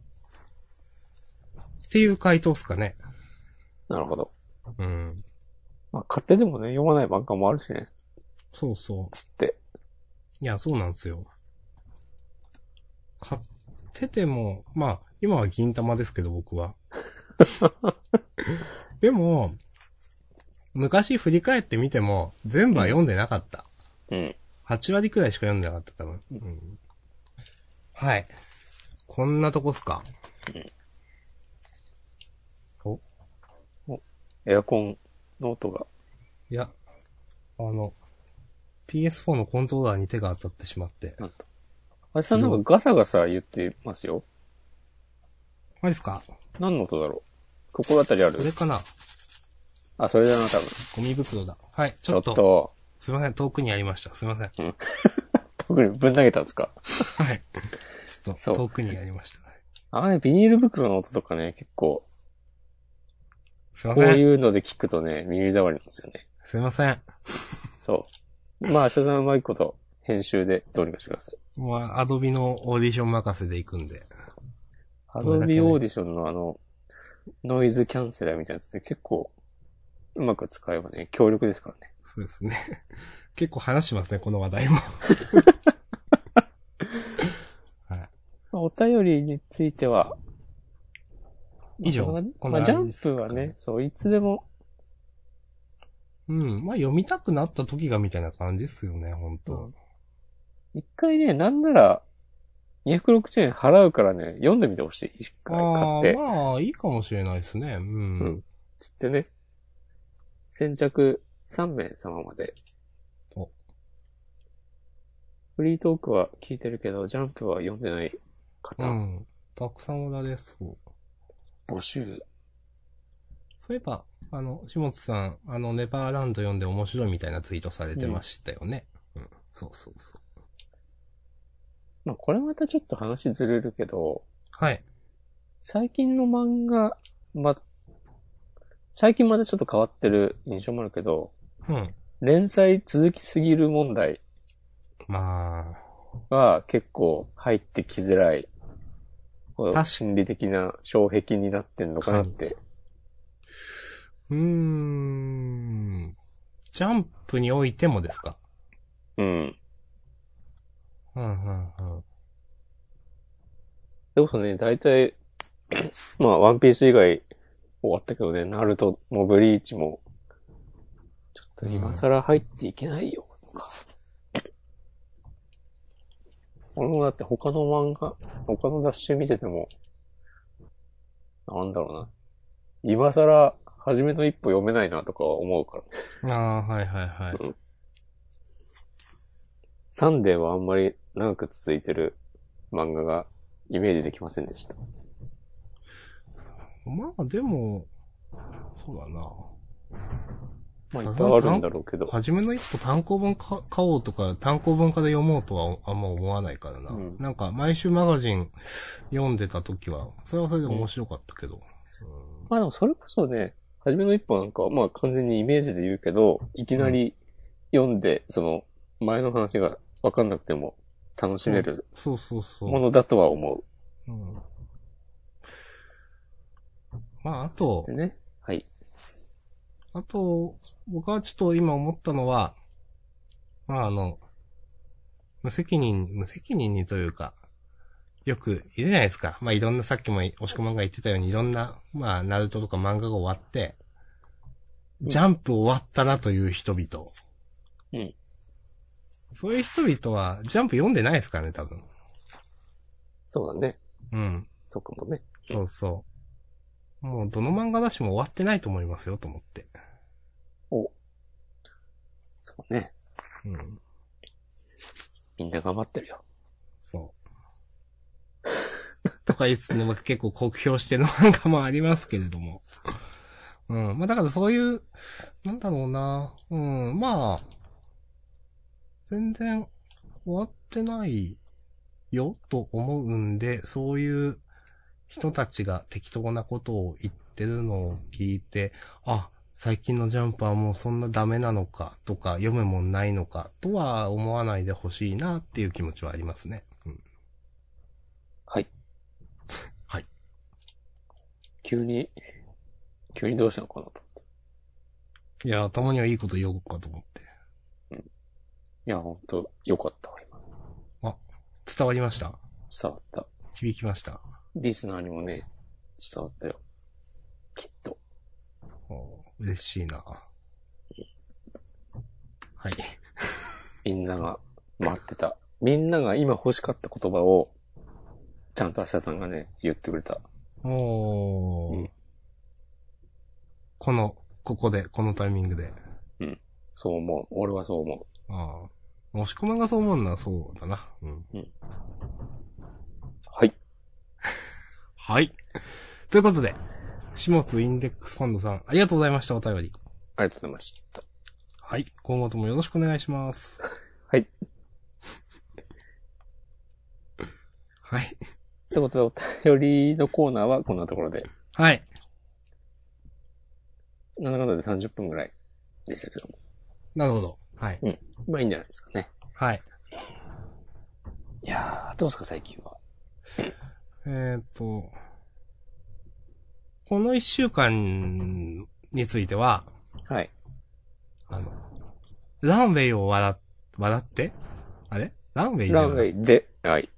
Speaker 1: っていう回答っすかね。
Speaker 2: なるほど。
Speaker 1: うん。
Speaker 2: まあ、買ってでもね、読まない漫画もあるしね。
Speaker 1: そうそう。
Speaker 2: つって。
Speaker 1: いや、そうなんですよ。買ってても、まあ、今は銀玉ですけど、僕 は。でも、昔振り返ってみても、全部は読んでなかった。
Speaker 2: うん。
Speaker 1: 8割くらいしか読んでなかった、多分。うん、はい。こんなとこっすか。
Speaker 2: エアコンの音が。
Speaker 1: いや、あの、PS4 のコントローラーに手が当たってしまって。
Speaker 2: あさんなんかガサガサ言ってますよ。
Speaker 1: マジっすか
Speaker 2: 何の音だろう心当たりある
Speaker 1: これかな
Speaker 2: あ、それだな、多分。
Speaker 1: ゴミ袋だ。はい、ち
Speaker 2: ちょ
Speaker 1: ょ
Speaker 2: っ
Speaker 1: っと。
Speaker 2: と、
Speaker 1: すいません、遠くにありました。すいま せん。
Speaker 2: 特にぶん投げたんですか
Speaker 1: はい。ちょっ
Speaker 2: そ
Speaker 1: と遠
Speaker 2: う
Speaker 1: くにやりました。
Speaker 2: あのね、ビニール袋の音とかね、結構、
Speaker 1: すいま
Speaker 2: こう
Speaker 1: せん。
Speaker 2: いうので聞くとね、耳障りなんですよね。
Speaker 1: すいません。
Speaker 2: そう。まあ、明日さんうまいこと、編集でどうにかしてください。
Speaker 1: もうアドビのオーディション任せで行くんで。
Speaker 2: ア
Speaker 1: どれ
Speaker 2: ド
Speaker 1: だけね
Speaker 2: ビオーディションのあの、ノイズキャンセラーみたいなやつで結構、うまく使えばね、強力ですからね。
Speaker 1: そうですね。 結構話しますね、この話題も。 はい。
Speaker 2: まあお便りについては、
Speaker 1: 以上
Speaker 2: まあ
Speaker 1: こん
Speaker 2: ま
Speaker 1: な
Speaker 2: あ、ジャ
Speaker 1: 感じ
Speaker 2: ン
Speaker 1: ですか
Speaker 2: プはね、そう、いつでも、
Speaker 1: うん。まあ、読みたくなった時がみたいな感じですよね、本当、
Speaker 2: 一回ね、なんなら、260円払うからね、読んでみてほしい。一回買
Speaker 1: あ
Speaker 2: っ
Speaker 1: あ
Speaker 2: て
Speaker 1: ー、。まあ、いいかもしれないですね。うん。
Speaker 2: うんつってね、先着3名様まで
Speaker 1: お。
Speaker 2: フリートークは聞いてるけど、ジャンプは読んでない
Speaker 1: う
Speaker 2: 方、
Speaker 1: ん。たくさんおられそう。
Speaker 2: 募集。
Speaker 1: そういえば、あの、下津さん、あの、ネバーランド読んで面白いみたいなツイートされてましたよね。うん。そうそうそう。
Speaker 2: まあ、これまたちょっと話ずれるけど、
Speaker 1: はい。
Speaker 2: 最近の漫画、ま、最近またちょっと変わってる印象もあるけど、
Speaker 1: うん。
Speaker 2: 連載続きすぎる問題
Speaker 1: ま
Speaker 2: は結構入ってきづらい。こ
Speaker 1: 確か
Speaker 2: う心理的な障壁になってんのかなって。
Speaker 1: あ、うーん。ジャンプにおいてもですか
Speaker 2: うん。
Speaker 1: うん、うん、うん。
Speaker 2: でこそね、大体、 まあ、ワンピース以外終わったけどね、ナルトもブリーチも、ちょっと今更入っていけないよ、とか。俺もだって他の漫画、他の雑誌見てても、なんだろうな。今更、初めの一歩読めないなとか思うから。
Speaker 1: ああ、はいはいはい。
Speaker 2: サンデーはあんまり長く続いてる漫画がイメージできませんでした。
Speaker 1: まあでも、そうだな。
Speaker 2: まあ、い
Speaker 1: さ
Speaker 2: っ
Speaker 1: す
Speaker 2: ぱ
Speaker 1: が
Speaker 2: い
Speaker 1: に
Speaker 2: あるんだろうけど。
Speaker 1: 初めの一歩単行本か買おうとか、単行本化で読もうとはあんま思わないからな。
Speaker 2: うん
Speaker 1: なんか、毎週マガジン読んでた時は、それはそれで面白かったけど。
Speaker 2: まあでもそれこそね、初めの一歩なんかは、まあ完全にイメージで言うけど、いきなり読んで、その前の話がわかんなくても楽しめる
Speaker 1: そうそうそう。
Speaker 2: ものだとは思
Speaker 1: うんまあ、あ
Speaker 2: う。
Speaker 1: と
Speaker 2: で、ね。はい。
Speaker 1: あと、僕はちょっと今思ったのは、まああの、無責任、無責任にというか、よくいるじゃないですか。まあいろんな、さっきも押し込まんが言ってたようにいろんな、まあナルトとか漫画が終わって、ジャンプ終わったなという人々。
Speaker 2: うん。
Speaker 1: そういう人々は、ジャンプ読んでないですからね、多分。
Speaker 2: そうだね。
Speaker 1: うん。
Speaker 2: そうかもね。
Speaker 1: そうそう。もうどの漫画だしも終わってないと思いますよ、と思って。
Speaker 2: そうね。
Speaker 1: うん。
Speaker 2: みんな頑張ってるよ。
Speaker 1: そう。とか言いつつね、僕結構酷評してる漫画もありますけれども。うん。まあだからそういう、なんだろうな。うん。まあ、全然終わってないよと思うんで、そういう人たちが適当なことを言ってるのを聞いて、あ、最近のジャンプはもうそんなダメなのかとか読むもんないのかとは思わないでほしいなっていう気持ちはありますね。うん。
Speaker 2: はい。
Speaker 1: はい。
Speaker 2: 急に、急にどうしたのかなと思って。
Speaker 1: いや、たまにはいいこと言おうかと思って。
Speaker 2: いや、ほんと、よかったわ、今。
Speaker 1: 伝わりました
Speaker 2: 伝わった。
Speaker 1: 響きました。
Speaker 2: リスナーにもね、伝わったよ。きっと。
Speaker 1: お嬉しいな。はい。
Speaker 2: みんなが待ってた。みんなが今欲しかった言葉を、ちゃんと明日さんがね、言ってくれた。
Speaker 1: おー。
Speaker 2: うん
Speaker 1: この、ここで、このタイミングで。
Speaker 2: そう思う。俺はそう思
Speaker 1: ああ。押し込まんがそう思うのはそうだな。うん。
Speaker 2: う。はい。
Speaker 1: はい。ということで、下津インデックスファンドさん、ありがとうございました、お便り。
Speaker 2: ありがとうございました。
Speaker 1: はい。今後ともよろしくお願いします。
Speaker 2: はい。
Speaker 1: はい。
Speaker 2: ということで、お便りのコーナーはこんなところで、
Speaker 1: はい。
Speaker 2: なんだかんだで30分ぐらいでしたけども。
Speaker 1: なるほど。はい。
Speaker 2: まあいいんじゃないですかね。
Speaker 1: はい。
Speaker 2: いやー、どうですか最近は。
Speaker 1: えーっと、この一週間については、
Speaker 2: はい。
Speaker 1: あの、ランウェイを笑っ、笑ってあれランウェイで
Speaker 2: ランウェイで、はい。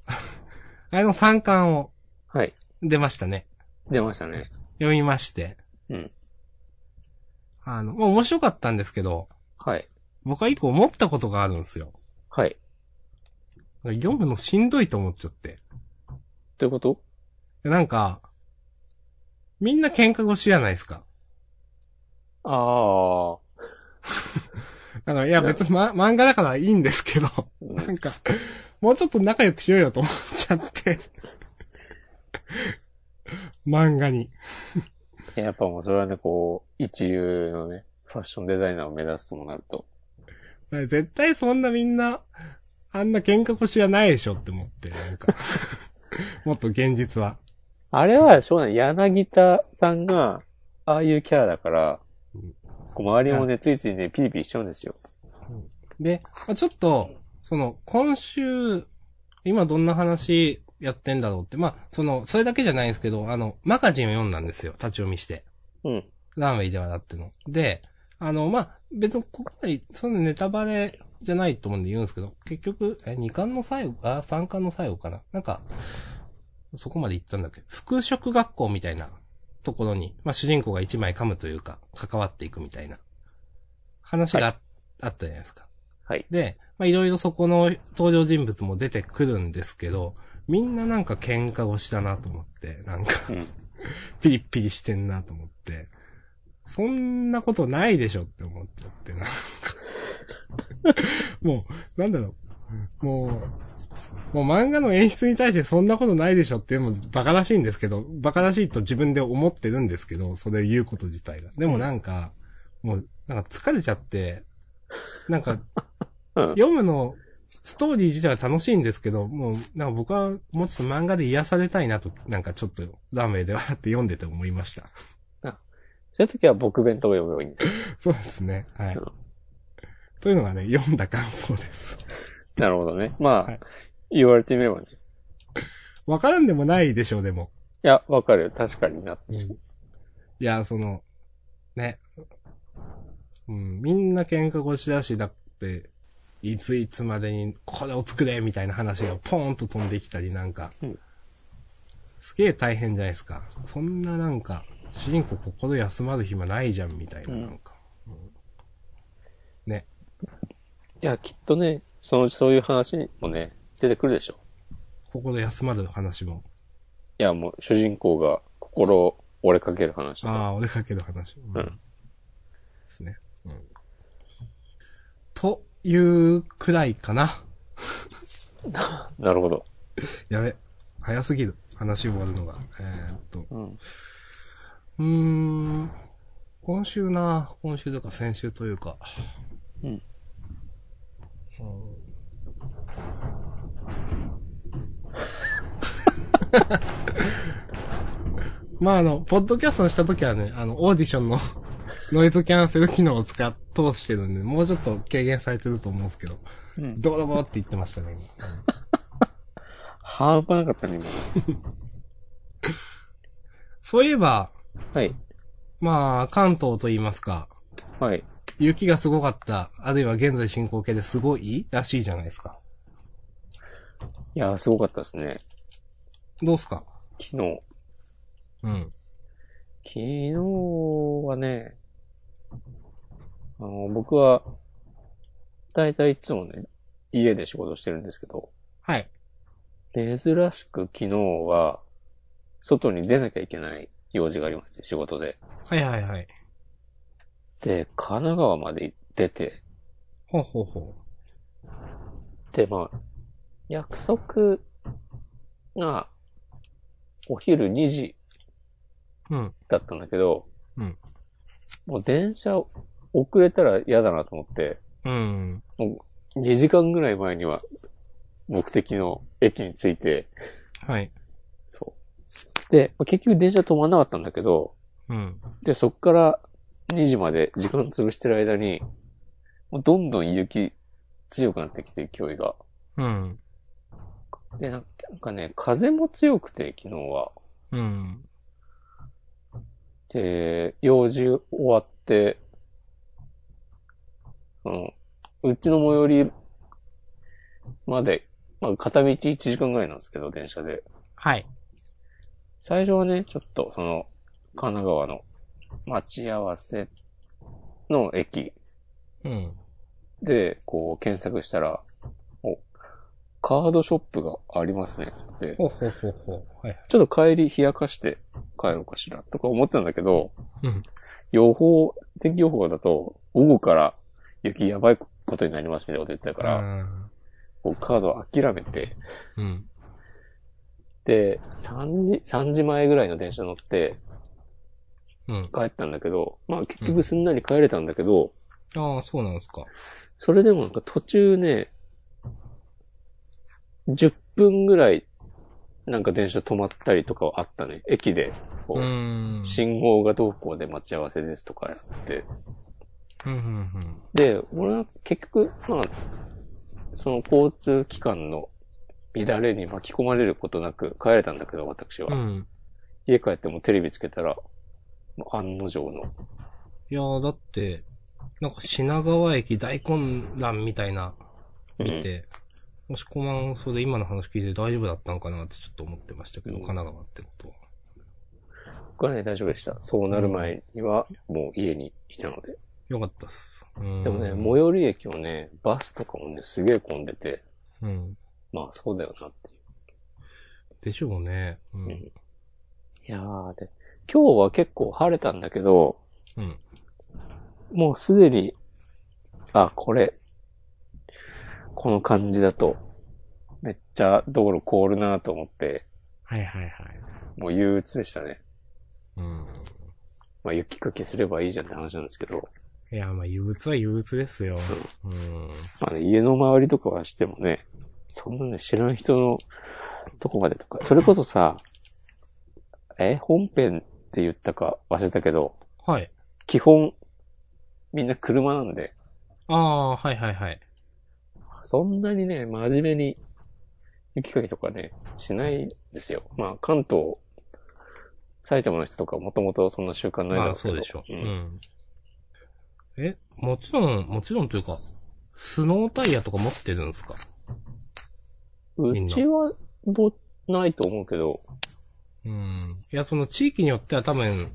Speaker 1: あれの3巻を
Speaker 2: はい。
Speaker 1: 出ましたね。
Speaker 2: 出ましたね。
Speaker 1: 読みまして。
Speaker 2: うん。
Speaker 1: あの、まあ面白かったんですけど、
Speaker 2: はい。
Speaker 1: 僕は一個思ったことがあるんですよ。
Speaker 2: はい。
Speaker 1: 読むのしんどいと思っちゃって。
Speaker 2: ということ
Speaker 1: でなんか、みんな喧嘩腰じゃないですか。
Speaker 2: あ
Speaker 1: だから、いや別に、ま、漫画だからいいんですけど、
Speaker 2: ー。
Speaker 1: なんか、もうちょっと仲良くしようよと思っちゃって。漫画に。
Speaker 2: やっぱもうそれはね、こう、一流のね、ファッションデザイナーを目指すともなると。
Speaker 1: 絶対そんなみんな、あんな喧嘩腰はないでしょって思って、なん か。もっと現実は。
Speaker 2: あれは、しょうがない。柳田さんが、ああいうキャラだから
Speaker 1: うん、
Speaker 2: こう周りもね、ついついね、ピリピリしちゃうんですよ。
Speaker 1: で、まあ、ちょっと、その、今週、今どんな話やってんだろうって、まあ、その、それだけじゃないんですけど、あの、マガジンを読んだんですよ、立ち読みして。
Speaker 2: うん。
Speaker 1: ランウェイではだっての。で、あの、まあ、別にここまで、そんなネタバレじゃないと思うんで言うんですけど、結局、え、2巻の最後、あ、3巻の最後かな。なんか、そこまで言ったんだっけ服飾学校みたいなところに、まあ主人公が1枚噛むというか、関わっていくみたいな話があ,、あったじゃないですか。
Speaker 2: はい。
Speaker 1: で、まあいろいろそこの登場人物も出てくるんですけど、みんななんか喧嘩腰だなと思って、なんか
Speaker 2: うん。
Speaker 1: ピリピリしてんなと思って、そんなことないでしょって思っちゃって、 なんか。もう、なんだろう。もう、もう漫画の演出に対してそんなことないでしょっていうのもバカらしいんですけど、バカらしいと自分で思ってるんですけど、それを言うこと自体が。でもなんか、もう、なんか疲れちゃって、なんか、
Speaker 2: うん。
Speaker 1: 読むの、ストーリー自体は楽しいんですけど、もう、なんか僕はもうちょっと漫画で癒されたいなと、なんかちょっとラーメンで笑って読んでて思いました。
Speaker 2: そういう時は僕弁当を読めばいいんですよ。
Speaker 1: そうですね。はい
Speaker 2: うん。
Speaker 1: というのがね、読んだ感想です。
Speaker 2: なるほどね。まあ、
Speaker 1: はい
Speaker 2: 言われてみればね。い
Speaker 1: わからんでもないでしょう、でも。
Speaker 2: や、わかるよ。確かにな。
Speaker 1: いや、その、ね。うん、みんな喧嘩腰だし、だって、いついつまでにこれを作れみたいな話がポーンと飛んできたりなんか
Speaker 2: うん、
Speaker 1: すげえ大変じゃないですか。そんななんか、主人公心休まる暇ないじゃんみたいな
Speaker 2: うん
Speaker 1: なんか。
Speaker 2: いや、きっとね、そのうちそういう話もね、出てくるでしょ。
Speaker 1: 心休まる話も。
Speaker 2: いや、もう主人公が心を折れかける話と
Speaker 1: あ
Speaker 2: か。
Speaker 1: あ、俺かける話。うん
Speaker 2: うん
Speaker 1: ですね。うん。というくらいかな。
Speaker 2: なるほど。
Speaker 1: やべ。早すぎる。話終わるのが。えーっと。
Speaker 2: うん。
Speaker 1: うーん。今週な、今週というか先週というか。
Speaker 2: うん。
Speaker 1: まあ、あの、ポッドキャストした時はね、あの、オーディションの ノイズキャンセル機能を使っ、通してるんで、もうちょっと軽減されてると思うんですけど、
Speaker 2: うん、
Speaker 1: ドロボーって言ってましたね、今。
Speaker 2: 半端なかったね、今。
Speaker 1: そういえば、
Speaker 2: はい。
Speaker 1: まあ、関東と言いますか、
Speaker 2: はい。
Speaker 1: 雪がすごかった、あるいは現在進行形ですごいらしいじゃないですか。
Speaker 2: いや、すごかったですね。
Speaker 1: どうすか
Speaker 2: 昨日。
Speaker 1: うん。
Speaker 2: 昨日はね、あの、僕は、だいたいいつもね、家で仕事してるんですけど、
Speaker 1: はい。
Speaker 2: 珍しく昨日は、外に出なきゃいけない用事がありまして、仕事で。
Speaker 1: はいはいはい。
Speaker 2: で、神奈川まで出て、
Speaker 1: ほうほうほ
Speaker 2: で、まあ、約束が、お昼2時
Speaker 1: う。うん。
Speaker 2: だったんだけど、
Speaker 1: うん
Speaker 2: もう電車遅れたら嫌だなと思って、
Speaker 1: うん。
Speaker 2: もう2時間ぐらい前には目的の駅に着いて、
Speaker 1: はい。
Speaker 2: そう。で、まあ結局電車止まんなかったんだけど、
Speaker 1: うん。
Speaker 2: で、そっから2時まで時間潰してる間に、もうどんどん雪強くなってきて、勢いが。
Speaker 1: うん。
Speaker 2: で、なんかなんかね、風も強くて、昨日は。
Speaker 1: うん。
Speaker 2: で、用事終わって、その、うちの最寄りまで、まあ、片道1時間ぐらいなんですけど、電車で。
Speaker 1: はい。
Speaker 2: 最初はね、ちょっと、その、神奈川の待ち合わせの駅
Speaker 1: うん。
Speaker 2: で、こう、検索したら、お、カードショップがありますね、って。
Speaker 1: ほうほうほうほう。はい。
Speaker 2: ちょっと帰り冷やかして帰ろうかしら、とか思ってたんだけど、
Speaker 1: うん。
Speaker 2: 予報、天気予報だと、午後から雪やばいことになりますみたいなこと言ってたから、こうカードを諦めて、
Speaker 1: うん。
Speaker 2: で、3時、3時前ぐらいの電車乗って
Speaker 1: うん。
Speaker 2: 帰ったんだけど、まあ結局すんなり帰れたんだけど、
Speaker 1: ああ、そうなんですか。
Speaker 2: それでもなんか途中ね、10分ぐらい、なんか電車止まったりとかはあったね。駅で、こ
Speaker 1: う
Speaker 2: う、
Speaker 1: ん。
Speaker 2: 信号がどうこうで待ち合わせですとかやって。
Speaker 1: うんうん
Speaker 2: で、俺は結局、まあ、その交通機関の乱れに巻き込まれることなく帰れたんだけど、私は。
Speaker 1: うん。うん。
Speaker 2: 家帰ってもテレビつけたら、もう案の定の。
Speaker 1: いやー、だって、なんか品川駅大混乱みたいな、見て、もしこまん、それで今の話聞いて大丈夫だったのかなってちょっと思ってましたけど、
Speaker 2: うん
Speaker 1: 神奈川ってことは。
Speaker 2: 僕はね、大丈夫でした。そうなる前には、もう家にいたので。
Speaker 1: よかったっす。うん。
Speaker 2: でもね、最寄り駅をね、バスとかもね、すげえ混んでて、
Speaker 1: うん。
Speaker 2: まあそうだよなっていう。
Speaker 1: でしょうね。うん。
Speaker 2: うんいやー、で、今日は結構晴れたんだけど、
Speaker 1: うん。
Speaker 2: もうすでに、あ、これ、この感じだと、めっちゃ道路凍るなと思って、
Speaker 1: はいはいはい。
Speaker 2: もう憂鬱でしたね。
Speaker 1: うん。
Speaker 2: まあ雪かきすればいいじゃんって話なんですけど、
Speaker 1: いや、まあ、憂鬱は憂鬱ですよ。うん。
Speaker 2: まあね、家の周りとかはしてもね、そんなね、知らん人のとこまでとか、それこそさ、え、本編って言ったか忘れたけど、
Speaker 1: はい。
Speaker 2: 基本、みんな車なんで、
Speaker 1: ああ、はいはいはい。
Speaker 2: そんなにね、真面目に雪かきとかね、しないですよ。まあ、関東、埼玉の人とかもともとそんな習慣ないだ
Speaker 1: ま
Speaker 2: ろう
Speaker 1: あ、
Speaker 2: けど。
Speaker 1: そうでしょう。う
Speaker 2: う。
Speaker 1: んん。え、もちろん、もちろんというか、スノータイヤとか持ってるんですか
Speaker 2: う
Speaker 1: みんな
Speaker 2: ちは、ぼ、ないと思うけど、
Speaker 1: うん。いや、その地域によっては多分、い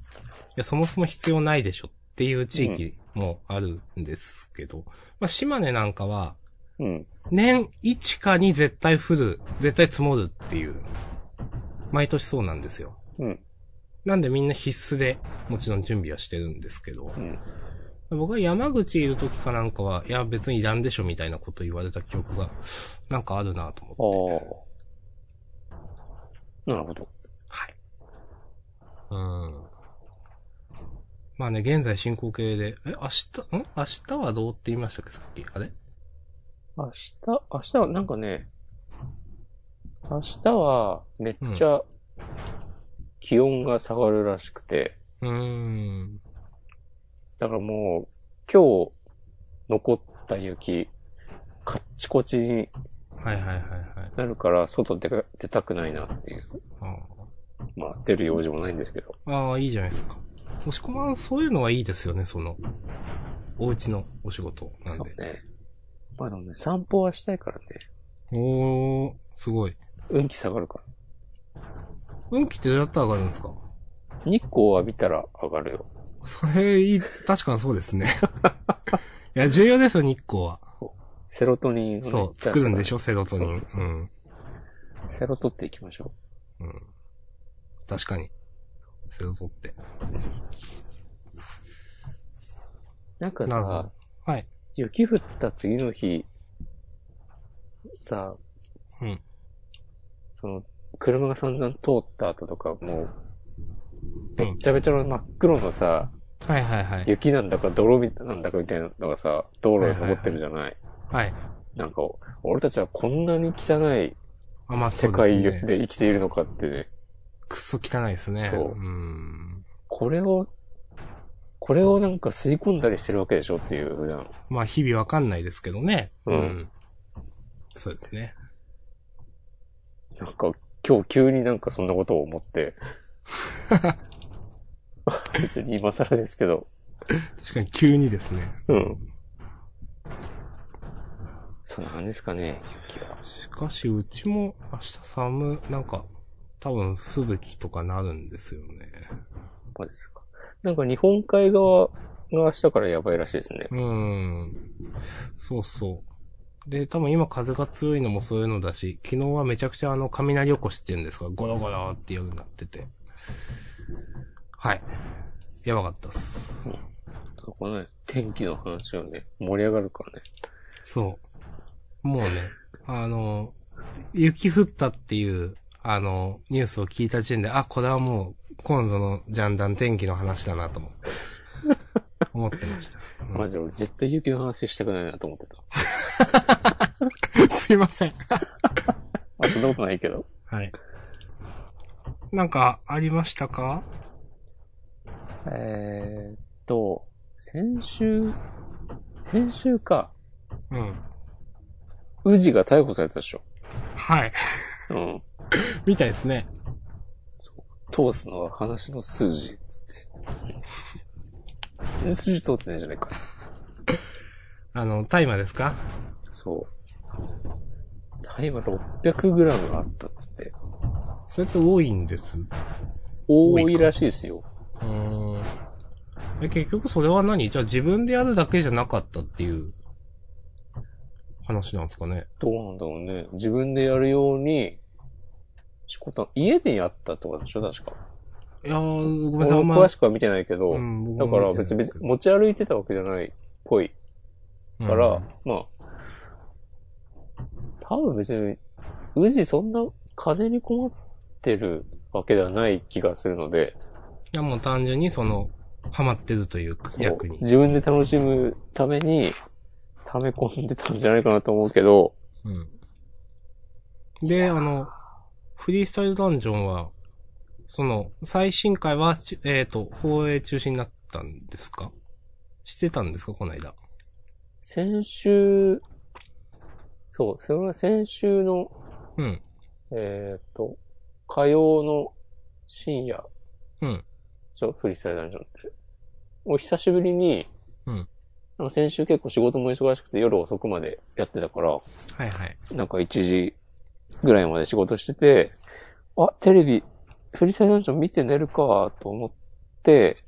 Speaker 1: や、そもそも必要ないでしょっていう地域もあるんですけど、まあ、島根なんかは、
Speaker 2: うん。
Speaker 1: 年1かに絶対降る、絶対積もるっていう、毎年そうなんですよ。
Speaker 2: うん。
Speaker 1: なんでみんな必須で、もちろん準備はしてるんですけど
Speaker 2: う、ん。
Speaker 1: 僕は山口いる時かなんかは、いや、別にいらんでしょみたいなこと言われた記憶が、なんかあるなと思って。
Speaker 2: ああ。なるほど。
Speaker 1: はい。うん。まあね、現在進行形で、え、明日、ん明日はどうって言いましたっけ、さっき。あれ
Speaker 2: 明日、明日はなんかね、明日はめっちゃ気温が下がるらしくて、
Speaker 1: うーん。
Speaker 2: だからもう今日残った雪、カッチコチに
Speaker 1: はいはいはいはい。
Speaker 2: なるから外出か出たくないなっていう。
Speaker 1: あ
Speaker 2: まあ出る用事もないんですけど。
Speaker 1: あああ、いいじゃないですか。押し込まん、そういうのはいいですよね、その、お家のお仕事なん
Speaker 2: そう
Speaker 1: で。
Speaker 2: ね。まあでもね、散歩はしたいからね。
Speaker 1: おー、すごい。
Speaker 2: 運気下がるから。
Speaker 1: 運気ってどうやったら上がるんですか
Speaker 2: 日光を浴びたら上がるよ。
Speaker 1: それ、いい、確かにそうですね。 いや、重要ですよ、日光は。
Speaker 2: セロトニンをね
Speaker 1: そう、作るんでし
Speaker 2: ょ
Speaker 1: ょ、セロトニン。
Speaker 2: そうそうそう
Speaker 1: うん。
Speaker 2: セロ取っていきましょう。
Speaker 1: うん。確かに。セロトって。
Speaker 2: なんか
Speaker 1: なるほど
Speaker 2: さ、
Speaker 1: はい。
Speaker 2: 雪降った次の日、さ、
Speaker 1: うん。
Speaker 2: その、車が散々通った後とか、もう、
Speaker 1: うん
Speaker 2: べっちゃべちゃの真っ黒のさ、
Speaker 1: はいはいはい。
Speaker 2: 雪なんだか泥みなんだかみたいなのがさ、道路に残ってるじゃない。
Speaker 1: はい。
Speaker 2: なんか、俺たちはこんなに汚い
Speaker 1: あ、まあ、そ
Speaker 2: 世
Speaker 1: うです
Speaker 2: 界
Speaker 1: ね。
Speaker 2: で生きているのかってね、
Speaker 1: くっそ汚いですね。
Speaker 2: そう
Speaker 1: うん。
Speaker 2: これを、これをなんか吸い込んだりしてるわけでしょっていう、普段。
Speaker 1: まあ、日々わかんないですけどね。
Speaker 2: うん
Speaker 1: そうですね。
Speaker 2: なんか、今日急になんかそんなことを思って。 別に今更ですけど。
Speaker 1: 確かに急にですね。
Speaker 2: うん。そんな感じですかね、雪は。
Speaker 1: しかし、うちも明日寒、なんか、多分吹雪とかなるんですよね。
Speaker 2: そうですか。なんか日本海側が明日からやばいらしいですね。
Speaker 1: うん。そうそう。で、多分今風が強いのもそういうのだし、昨日はめちゃくちゃあの雷起こしって言うんですか、ゴロゴロって夜になってて。はい。やばかったっす。
Speaker 2: そこね、天気の話はね、盛り上がるからね。
Speaker 1: そう。もうね、あの、雪降ったっていう、あの、ニュースを聞いた時点で、あ、これはもう、今度のジャンダン天気の話だなと思って、思ってました。うん
Speaker 2: マジで俺絶対雪の話したくないなと思ってた。
Speaker 1: すいません。
Speaker 2: あ、そんなことないけど。
Speaker 1: はい。なんか、ありましたか
Speaker 2: えーっと、先週、先週か、
Speaker 1: うん。
Speaker 2: 宇治が逮捕されたでしょ。
Speaker 1: はい。
Speaker 2: うん。
Speaker 1: みたいですね。
Speaker 2: 通すのは話の数字、つって。全然数字通ってないじゃないか。
Speaker 1: あの、大麻ですか
Speaker 2: そう。大麻 600g があったっつって。
Speaker 1: それって多いんです。う
Speaker 2: 多いらしいですよ。
Speaker 1: ーん。え結局それは何じゃあ自分でやるだけじゃなかったっていう話なんですかね。
Speaker 2: どうなんだろうね。自分でやるように、しこたん、家でやったとかでしょ確か。
Speaker 1: いやー、ごめんな
Speaker 2: 俺
Speaker 1: さい、あ
Speaker 2: も
Speaker 1: んま
Speaker 2: 詳しくは見てないけど、
Speaker 1: うん
Speaker 2: だから別に持ち歩いてたわけじゃないっぽいから、まあ、多分別に、宇治そんな金に困ってるわけではない気がするので、
Speaker 1: いや、もう単純にその、ハマってるというか、役に。
Speaker 2: 自分で楽しむために、溜め込んでたんじゃないかなと思うけど、
Speaker 1: うん。で、あの、フリースタイルダンジョンは、その、最新回は、ちえっ、と、放映中止になったんですかしてたんですかこの間。
Speaker 2: 先週、そう、それは先週の、
Speaker 1: うん。
Speaker 2: えっ、と、火曜の深夜、
Speaker 1: うん。
Speaker 2: ちょ、フリースタイルダンジョンって。お久しぶりに、
Speaker 1: うん
Speaker 2: なんか先週結構仕事も忙しくて夜遅くまでやってたから、
Speaker 1: はいはい。
Speaker 2: なんか1時ぐらいまで仕事してて、あ、テレビ、フリータイルダンジョン見て寝るかと思って、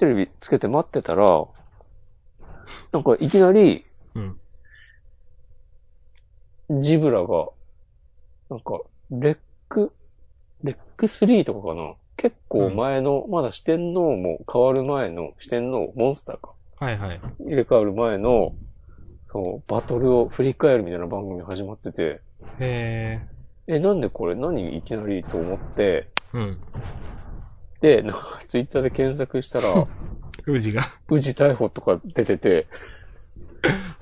Speaker 2: テレビつけて待ってたら、なんかいきなり
Speaker 1: うん。
Speaker 2: ジブラが、なんか、レック、レック3とかかな結構前の、まだ四天王も変わる前の、四天王、モンスターか。
Speaker 1: はいはい。
Speaker 2: 入れ替わる前の、そう、バトルを振り返るみたいな番組始まってて、
Speaker 1: え
Speaker 2: え、なんでこれ何いきなりと思って、
Speaker 1: ー、うん。
Speaker 2: で、なんかツイッターで検索したら、
Speaker 1: 富士が。
Speaker 2: 宇治逮捕とか出てて、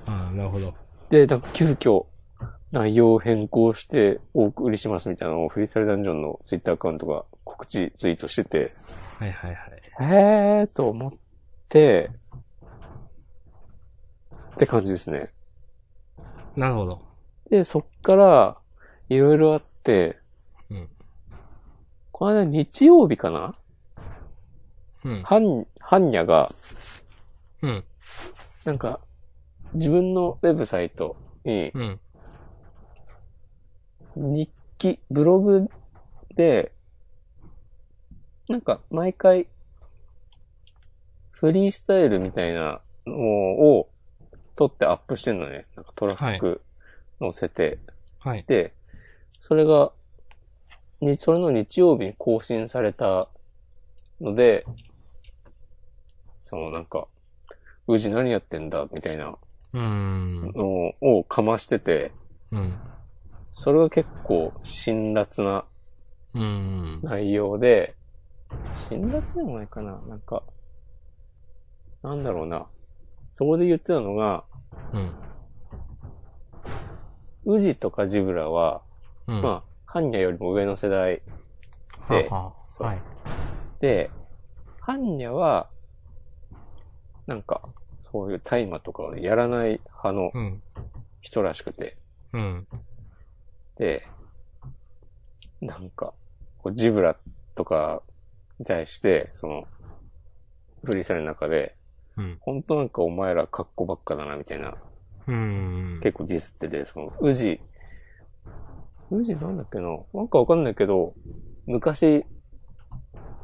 Speaker 1: ああ、なるほど。
Speaker 2: で、なんか急遽内容を変更してお送りしますみたいなのをフリースタイルダンジョンのツイッターアカウントが告知ツイートしてて、
Speaker 1: はいはいはい。
Speaker 2: へーと思って、って感じですね。
Speaker 1: なるほど。
Speaker 2: で、そっから、いろいろあって、
Speaker 1: うん
Speaker 2: この間日曜日かな
Speaker 1: うん。
Speaker 2: ハン、ハンニャが、
Speaker 1: うん。
Speaker 2: なんか、自分のウェブサイトに
Speaker 1: うん。
Speaker 2: 日記、ブログで、なんか毎回、フリースタイルみたいなのを撮ってアップしてんのね。なんかトラック載せて、
Speaker 1: はい。
Speaker 2: で、それが、に、それの日曜日に更新されたので、そのなんか、宇治何やってんだみたいな
Speaker 1: うーん。
Speaker 2: のをかましてて、
Speaker 1: うん。
Speaker 2: それが結構辛辣な
Speaker 1: うん。
Speaker 2: 内容で、辛辣でもないかななんか、なんだろうな。そこで言ってたのが、
Speaker 1: うん。
Speaker 2: 宇治とかジブラは、
Speaker 1: うん。
Speaker 2: まあ、ハンニャよりも上の世代
Speaker 1: あ
Speaker 2: で
Speaker 1: はあ、
Speaker 2: そう
Speaker 1: はい。
Speaker 2: で、ハンニャは、なんか、そういう大麻とかをやらない派の
Speaker 1: うん。
Speaker 2: 人らしくて、
Speaker 1: うん。
Speaker 2: で、なんか、こうジブラとかに対して、その、フリーサルの中で、
Speaker 1: うん。
Speaker 2: ほんとなんかお前ら格好ばっかだな、みたいな、
Speaker 1: うん。
Speaker 2: 結構ディスってて、その、宇治、宇治なんだっけななんかわかんないけど、昔、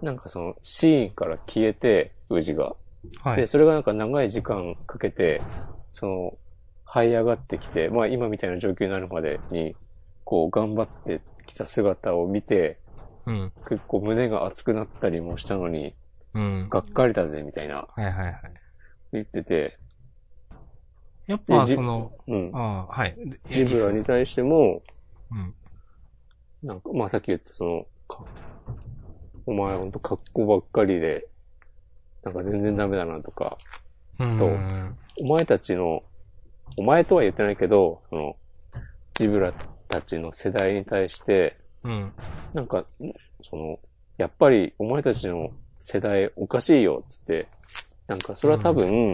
Speaker 2: なんかその、シーンから消えて、宇治が。
Speaker 1: は
Speaker 2: で、
Speaker 1: い。
Speaker 2: それがなんか長い時間かけて、その、這い上がってきて、まあ今みたいな状況になるまでに、こう頑張ってきた姿を見て、
Speaker 1: うん。
Speaker 2: 結構胸が熱くなったりもしたのに、
Speaker 1: うん。
Speaker 2: がっかりだぜ、みたいな、
Speaker 1: はいはいはい。
Speaker 2: 言ってて、
Speaker 1: やっ
Speaker 2: で
Speaker 1: ぱ、
Speaker 2: じ
Speaker 1: その、
Speaker 2: うん。
Speaker 1: ああ、はい。で
Speaker 2: ジブラに対しても、
Speaker 1: うん。
Speaker 2: なんか、まあさっき言ったその、かお前ほんと格好ばっかりで、なんか全然ダメだなとか、
Speaker 1: うん。
Speaker 2: とお前たちの、お前とは言ってないけど、その、ジブラたちの世代に対して、
Speaker 1: うん。
Speaker 2: なんか、んその、やっぱりお前たちの世代おかしいよ、つって、なんかそれは多分、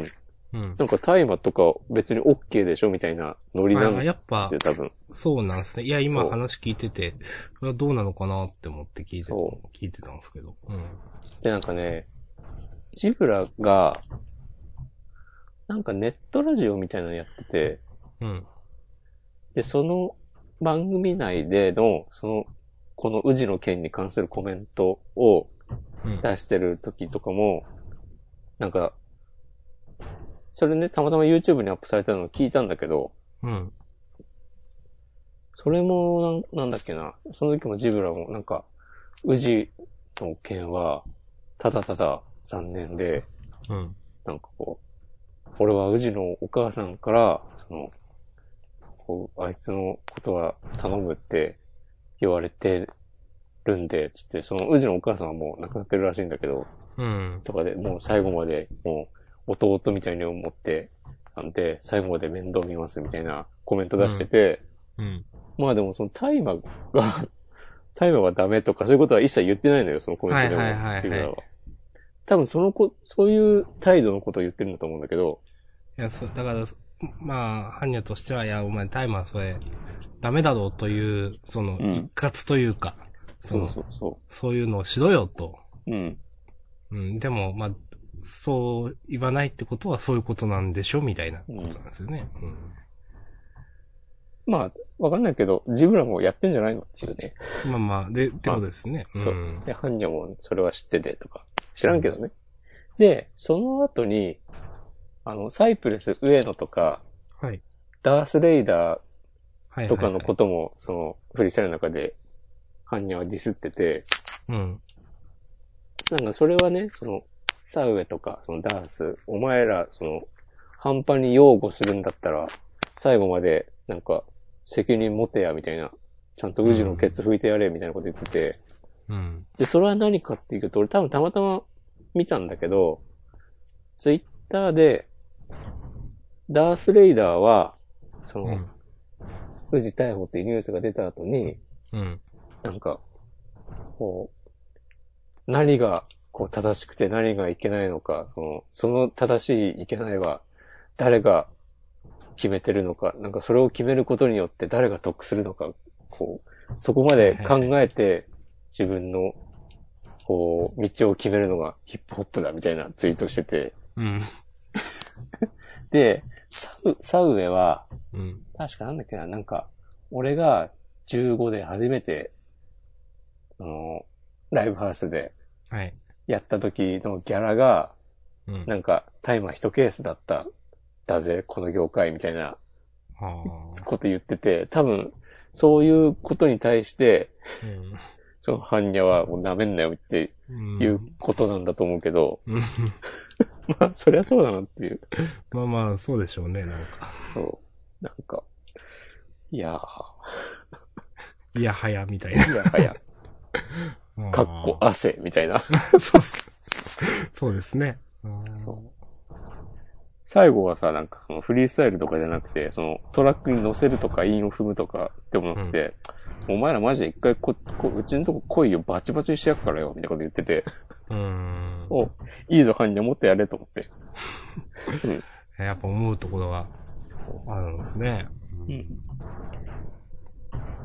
Speaker 1: うん。
Speaker 2: なんか大麻とか別に OK でしょみたいなノリなん
Speaker 1: あ
Speaker 2: で
Speaker 1: やっぱ
Speaker 2: すよ、多分。
Speaker 1: そうなんですね。いや、今
Speaker 2: そう
Speaker 1: 話聞いてて、これはどうなのかなって思って聞いて、
Speaker 2: そ
Speaker 1: 聞いてたんですけど。うん。
Speaker 2: で、なんかね、ジブラが、なんかネットラジオみたいなのやってて、
Speaker 1: うん。
Speaker 2: で、その番組内での、その、この宇治の件に関するコメントを
Speaker 1: うん。
Speaker 2: 出してる時とかも、なんか、それね、たまたま YouTube にアップされたのを聞いたんだけど、
Speaker 1: うん。
Speaker 2: それもなん、なんだっけな、その時もジブラもなんか、宇治の件は、ただただ残念で、
Speaker 1: うん。
Speaker 2: なんかこう、俺は宇治のお母さんから、その、こう、あいつのことは頼むって言われてるんで、つって、その宇治のお母さんはもう亡くなってるらしいんだけど、
Speaker 1: うん。
Speaker 2: とかで、もう最後まで、もう、弟みたいに思って、なんで、最後まで面倒見ますみたいなコメント出してて、
Speaker 1: うん。
Speaker 2: まあでもその大麻が、 大麻はダメとかそういうことは一切言ってないのよ、そのコメントでも。
Speaker 1: はいはいはいはい
Speaker 2: 杉村は多分そのこ、そういう態度のことを言ってるんだと思うんだけど、
Speaker 1: いや、そ、だから、そまあ、犯人としては、いや、お前、タイマーそれ、ダメだろうという、その、
Speaker 2: うん
Speaker 1: 一括というか、そ
Speaker 2: そ
Speaker 1: の
Speaker 2: うそうそ
Speaker 1: そういうのをしろよと。
Speaker 2: う。うん。
Speaker 1: うん、でも、まあ、そう言わないってことはそういうことなんでしょみたいなことなんですよね。うん。
Speaker 2: まあ、わかんないけど、ジブラもやってんじゃないのっていうね。
Speaker 1: まあまあ、で、ってことですね。。
Speaker 2: そうんで、犯人もそれは知っててとか、知らんけどね。で、その後に、あの、サイプレス上野とか、
Speaker 1: はい。
Speaker 2: ダースレイダ
Speaker 1: はい。。
Speaker 2: ーとかのこととも、その、フリースタイルの中で、犯人はディスってて、
Speaker 1: うん。
Speaker 2: なんかそれはね、その、サウエとか、そのダース、お前ら、その、半端に擁護するんだったら、最後まで、なんか、責任持てや、みたいな、ちゃんと宇治のケツ拭いてやれ、みたいなこと言ってて、
Speaker 1: うん。
Speaker 2: で、それは何かっていうと、俺多分たまたま見たんだけど、ツイッターで、ダースレイダーは、その、
Speaker 1: うん。
Speaker 2: 宇治逮捕っていうニュースが出た後に、
Speaker 1: うん。
Speaker 2: なんか、こう、何がこう正しくて何がいけないのか、そのその正しいいけないは誰が決めてるのか、なんかそれを決めることによって誰が得するのか、こう、そこまで考えて自分の、こう、道を決めるのがヒップホップだみたいなツイートしてて、
Speaker 1: うん。
Speaker 2: で、サウ、サウエは、
Speaker 1: うん。
Speaker 2: 確かなんだっけな、なんか、俺が15で初めて、あの、ライブハウスで
Speaker 1: はい。
Speaker 2: やった時のギャラが、
Speaker 1: うん。
Speaker 2: なんか、タイマー一ケースだった、だぜ、この業界みたいな
Speaker 1: はあ。
Speaker 2: こと言ってて、多分、そういうことに対して、その般若はもう舐めんなよって
Speaker 1: うん。
Speaker 2: いうことなんだと思うけど、
Speaker 1: うん。
Speaker 2: まあ、そりゃそうだなっていう。
Speaker 1: まあまあ、そうでしょうね、なんか。
Speaker 2: そう。なんか、いや
Speaker 1: いやはや、みたいな。
Speaker 2: ー、いやはや、 かっこ
Speaker 1: あ
Speaker 2: 汗、みたいな。
Speaker 1: ー。そうそうですね。
Speaker 2: そう。最後はさ、なんかそのフリースタイルとかじゃなくて、そのトラックに乗せるとか、韻を踏むとかって思って、お前らマジで一回こ、こうちのとこ来いよ、バチバチにしてやっからよ、みたいなこと言って て、
Speaker 1: う。うん。
Speaker 2: お、いいぞ、犯人持ってやれと思って。
Speaker 1: やっぱ思うところが
Speaker 2: そう。
Speaker 1: あるんですね。
Speaker 2: うん。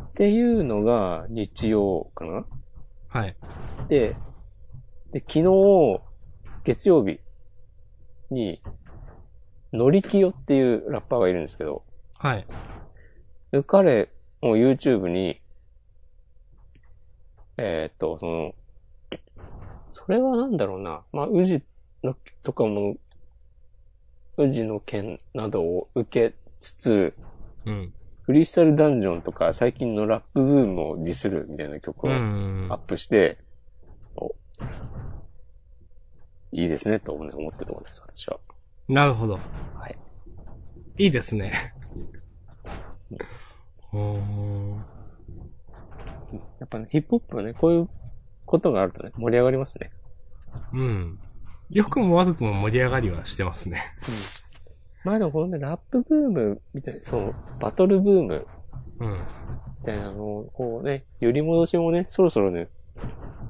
Speaker 2: っていうのが日曜かな
Speaker 1: はい。
Speaker 2: で、で、昨日、月曜日に、のりきよっていうラッパーがいるんですけど、
Speaker 1: はい。
Speaker 2: で彼も YouTube に、えーっと、その、それはなんだろうな。まあ、宇治の、とかも、宇治の件などを受けつつ、
Speaker 1: うん。
Speaker 2: フリースタイルダンジョンとか最近のラップブームをディスるみたいな曲を
Speaker 1: う
Speaker 2: ア
Speaker 1: ん
Speaker 2: ッ。プして、おいいですね、と思ってると思うんです、私は。
Speaker 1: なるほど。
Speaker 2: はい。
Speaker 1: いいですね。ほー
Speaker 2: やっぱね、ヒップホップはね、こういうことがあるとね、盛り上がりますね。
Speaker 1: うん。良くも悪くも盛り上がりはしてますね。
Speaker 2: まあでもこのね、ラップブームみたいな、そう、バトルブーム
Speaker 1: うん。
Speaker 2: みたいなのを、こうね、揺り戻しもね、そろそろね、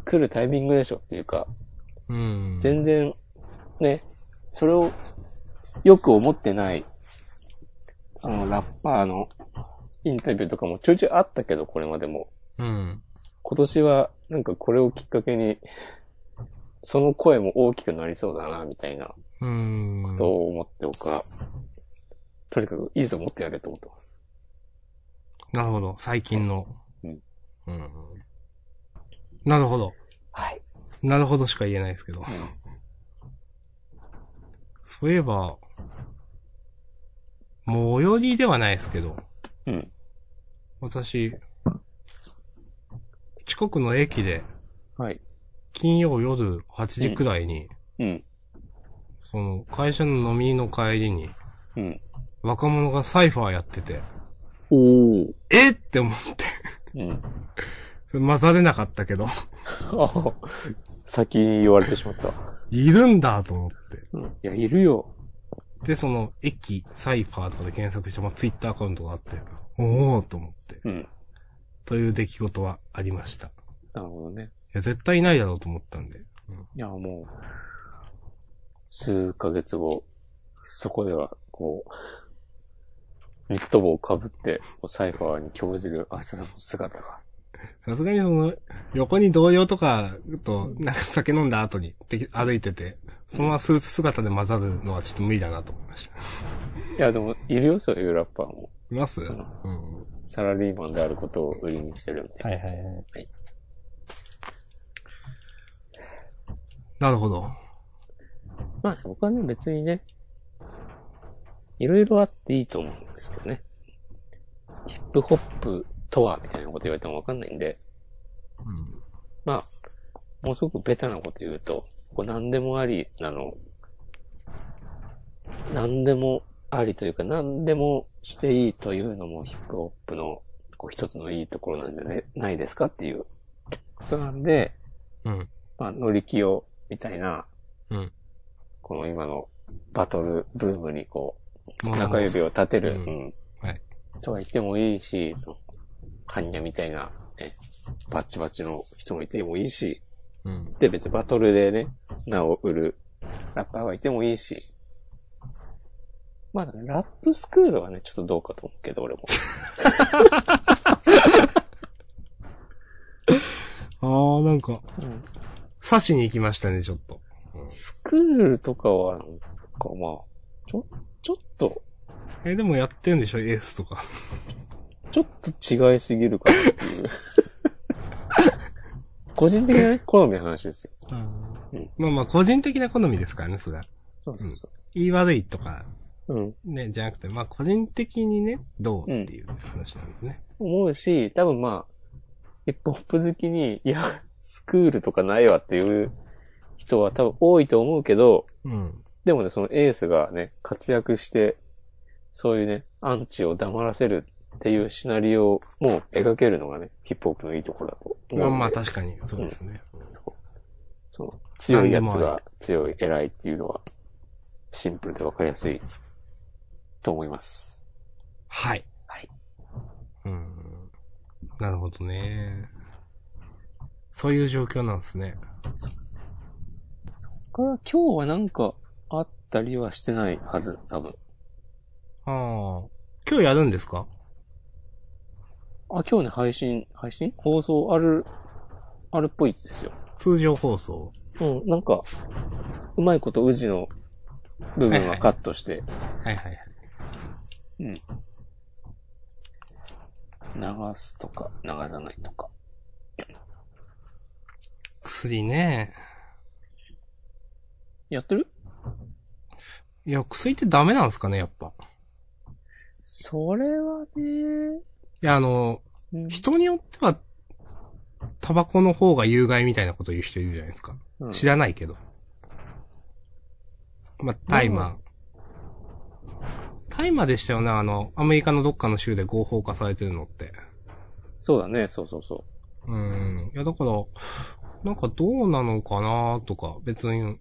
Speaker 2: 来るタイミングでしょっていうか、
Speaker 1: うん。
Speaker 2: 全然、ね、それをよく思ってない、あの、ラッパーのインタビューとかもちょいちょいあったけど、これまでも。
Speaker 1: うん。
Speaker 2: 今年は、なんかこれをきっかけに、その声も大きくなりそうだな、みたいな
Speaker 1: うーん。
Speaker 2: どう思っておくか、とにかくいいぞ持ってやれと思ってます。
Speaker 1: なるほど。最近の。
Speaker 2: うん。
Speaker 1: うん。なるほど。
Speaker 2: はい。
Speaker 1: なるほどしか言えないですけど。そういえば、もう最寄りではないですけど、
Speaker 2: うん。
Speaker 1: 私、近くの駅で
Speaker 2: はい。
Speaker 1: 金曜夜8時くらいに、
Speaker 2: うん。
Speaker 1: その会社の飲みの帰りに
Speaker 2: うん。
Speaker 1: 若者がサイファーやってて、
Speaker 2: おー。
Speaker 1: えって思って、
Speaker 2: うん。
Speaker 1: 混ざれなかったけど、
Speaker 2: あ先に言われてしまった。
Speaker 1: いるんだと思って。
Speaker 2: うん。いや、いるよ。
Speaker 1: で、その、駅、サイファーとかで検索して、まあ、ツイッターアカウントがあって、おーと思って、
Speaker 2: うん。
Speaker 1: という出来事はありました。い
Speaker 2: なるほどね。
Speaker 1: や、絶対いないだろうと思ったんで。
Speaker 2: いや、もう、数ヶ月後、そこでは、こう、ニット帽をかぶって、こうサイファーに興じる明日さんの姿が。
Speaker 1: さすがにその、横に同僚とかと、なんか酒飲んだ後にで歩いてて、そのままスーツ姿で混ざるのはちょっと無理だなと思いました。
Speaker 2: いや、でも、いるよ、そういうラッパーも。
Speaker 1: いますうん。は
Speaker 2: サラリーマンであることを売りにしてるみたいな。
Speaker 1: いはいはい
Speaker 2: はい。
Speaker 1: なるほど。
Speaker 2: まあ、僕はね、別にね、いろいろあっていいと思うんですけどね。ヒップホップとは、みたいなこと言われてもわかんないんで、
Speaker 1: うん。
Speaker 2: まあ、もうすごくベタなこと言うと、こう何でもありなの、何でもありというか、何でもしていいというのもヒップホップのこう一つのいいところなんじゃねないですかっていうことなんで、
Speaker 1: うん。
Speaker 2: まあ、乗り気を、みたいな、
Speaker 1: うん。
Speaker 2: この今のバトルブームにこう、
Speaker 1: もう
Speaker 2: 中指を立てる、
Speaker 1: うん
Speaker 2: うん
Speaker 1: はい
Speaker 2: 人がいてもいいし、その、ハンニャみたいな、ね、バッチバチの人もいてもいいし、
Speaker 1: うん。
Speaker 2: で、別にバトルでね、名を売るラッパーがいてもいいし。まあ、ラップスクールはね、ちょっとどうかと思うけど、俺 も。
Speaker 1: あー、なんか、
Speaker 2: うん
Speaker 1: 刺しに行きましたね、ちょっと。
Speaker 2: スクールとかは、なんかまあ、ちょ、ちょっと、
Speaker 1: え、でもやってるんでしょエースとか。
Speaker 2: ちょっと違いすぎるかなって いう。個人的なね、好みの話ですよ。うん
Speaker 1: まあまあ、個人的な好みですからね、それは。
Speaker 2: そうそうそ
Speaker 1: 言い悪いとか、
Speaker 2: う。うん。
Speaker 1: ね、じゃなくて、まあ、個人的にね、どうっていう話なんでね。
Speaker 2: 思うし、多分まあ、ヒップホップ好きに、いや、スクールとかないわっていう人は多分多いと思うけど、
Speaker 1: うん。
Speaker 2: でもね、そのエースがね、活躍して、そういうね、アンチを黙らせるっていうシナリオも描けるのがね、ヒップホップのいいところだと思う
Speaker 1: まあ
Speaker 2: ので。
Speaker 1: まあ、確かに、そうですね。
Speaker 2: そうその強いやつ
Speaker 1: 何でもあ
Speaker 2: が強い、偉いっていうのは、シンプルでわかりやすいと思います。
Speaker 1: はい。
Speaker 2: はい。
Speaker 1: うん。なるほどね。そういう状況なんですね。
Speaker 2: これは今日はなんかあったりはしてないはず、多分。
Speaker 1: ああ。今日やるんですか
Speaker 2: あ、今日ね、配信、配信放送ある、あるっぽいですよ。
Speaker 1: 通常放送。
Speaker 2: うん、なんか、うまいこと宇治の部分はカットして
Speaker 1: はいはいはい。
Speaker 2: 流すとか、流さないとか。
Speaker 1: 薬ね。
Speaker 2: やってる
Speaker 1: いや、薬ってダメなんですかね、やっぱ。
Speaker 2: それはね、
Speaker 1: いや、あの、
Speaker 2: うん
Speaker 1: 人によっては、タバコの方が有害みたいなこと言う人いるじゃないですか。
Speaker 2: うん
Speaker 1: 知らないけど。まあ、タイマー。タイマーでしたよね、あの、アメリカのどっかの州で合法化されてるのって。
Speaker 2: そうだね、そうそうそう。
Speaker 1: うん。いや、だから、なんかどうなのかなとか、別に。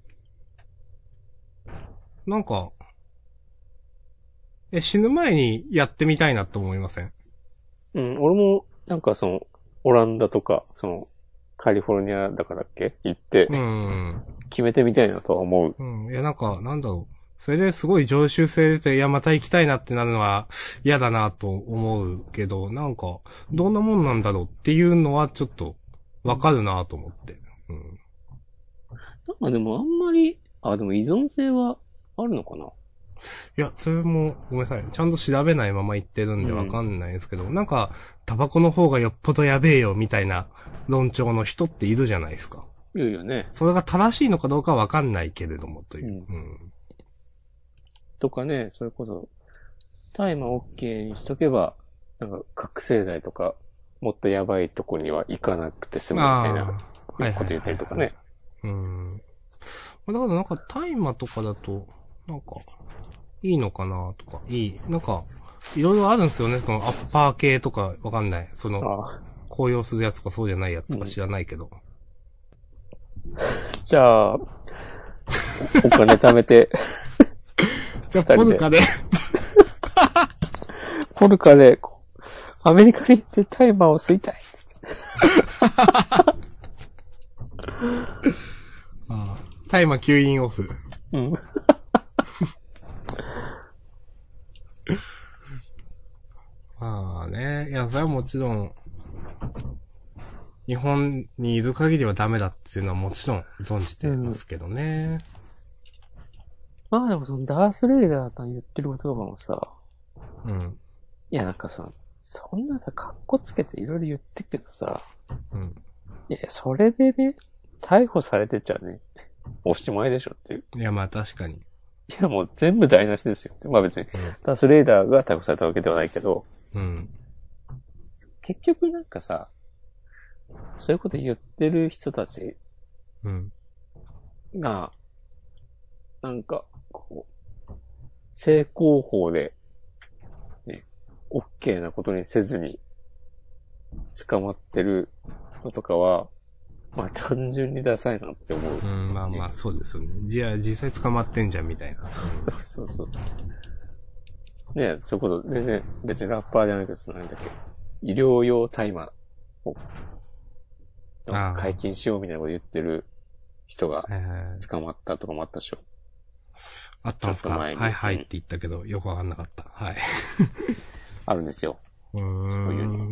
Speaker 1: なんか、え、死ぬ前にやってみたいなと思いません
Speaker 2: うん、俺も、なんかその、オランダとか、その、カリフォルニアだからっけ行って
Speaker 1: う、ん。
Speaker 2: 決めてみたいなとは思う。
Speaker 1: うん。いや、なんか、なんだろう。それですごい常習性出て、いや、また行きたいなってなるのは嫌だなと思うけど、なんか、どんなもんなんだろうっていうのはちょっと、わかるなと思って。うん。
Speaker 2: なんかでもあんまり、あ、でも依存性はあるのかない
Speaker 1: や、それも、ごめんなさい。ちゃんと調べないまま言ってるんで
Speaker 2: うん
Speaker 1: わかんないですけど、なんか、タバコの方がよっぽどやべえよ、みたいな論調の人っているじゃないですか。
Speaker 2: 言うよね。
Speaker 1: それが正しいのかどうかはわかんないけれども、という。
Speaker 2: う
Speaker 1: うん。
Speaker 2: とかね、それこそ、大麻 OK にしとけば、なんか覚醒剤とか、もっとやばいとこには行かなくて済むみたい
Speaker 1: あー
Speaker 2: なこと言ってるとかね。
Speaker 1: うん。まあだからなんか、大麻とかだと、なんか、いいのかなとか、いい。なんか、いろいろあるんですよね。その、アッパー系とか、わかんない。その、
Speaker 2: あ
Speaker 1: 紅葉するやつとかそうじゃないやつとか知らないけど。
Speaker 2: ーじゃあ、おお金貯めて、
Speaker 1: じゃあ、ポ
Speaker 2: 二人で
Speaker 1: ルカで。
Speaker 2: ポルカで、こうアメリカに行って大麻を吸いたいっつって。
Speaker 1: あー大麻吸引オフ。
Speaker 2: うん。
Speaker 1: まあね、いや、それはもちろん、日本にいる限りはダメだっていうのはもちろん存じてますけどね。
Speaker 2: まあでもそのダースレイダーさん言ってることとかもさ、
Speaker 1: うん。
Speaker 2: いやなんかさ、そんなさ、格好つけていろいろ言ってるけどさ、
Speaker 1: うん。
Speaker 2: いや、それでね、逮捕されてちゃね、おしまいでしょっていう。
Speaker 1: いや、まあ確かに。
Speaker 2: いや、もう全部台無しですよって。まあ別に、ダースレイダーが逮捕されたわけではないけど、
Speaker 1: うん。
Speaker 2: 結局なんかさ、そういうこと言ってる人たち
Speaker 1: うん。
Speaker 2: が、なんか、こう、正攻法で、ね、オッケーなことにせずに、捕まってるのとかは、まあ単純にダサいなって思う
Speaker 1: う。ん、まあまあ、そうですよね。じゃあ、実際捕まってんじゃん、みたいな。
Speaker 2: そうそうそう。ねえ、そういうこと、全然、別にラッパーじゃないけど、そのなんだっけ、医療用大麻を、
Speaker 1: あー
Speaker 2: 解禁しようみたいなこと言ってる人が
Speaker 1: えー、
Speaker 2: 捕まったとかもあったでしょ。
Speaker 1: あったんですか
Speaker 2: ちょ
Speaker 1: は
Speaker 2: っと前
Speaker 1: い
Speaker 2: に
Speaker 1: はいって言ったけど、よくわかんなかった。はい。
Speaker 2: あるんですよ。
Speaker 1: う。
Speaker 2: ういう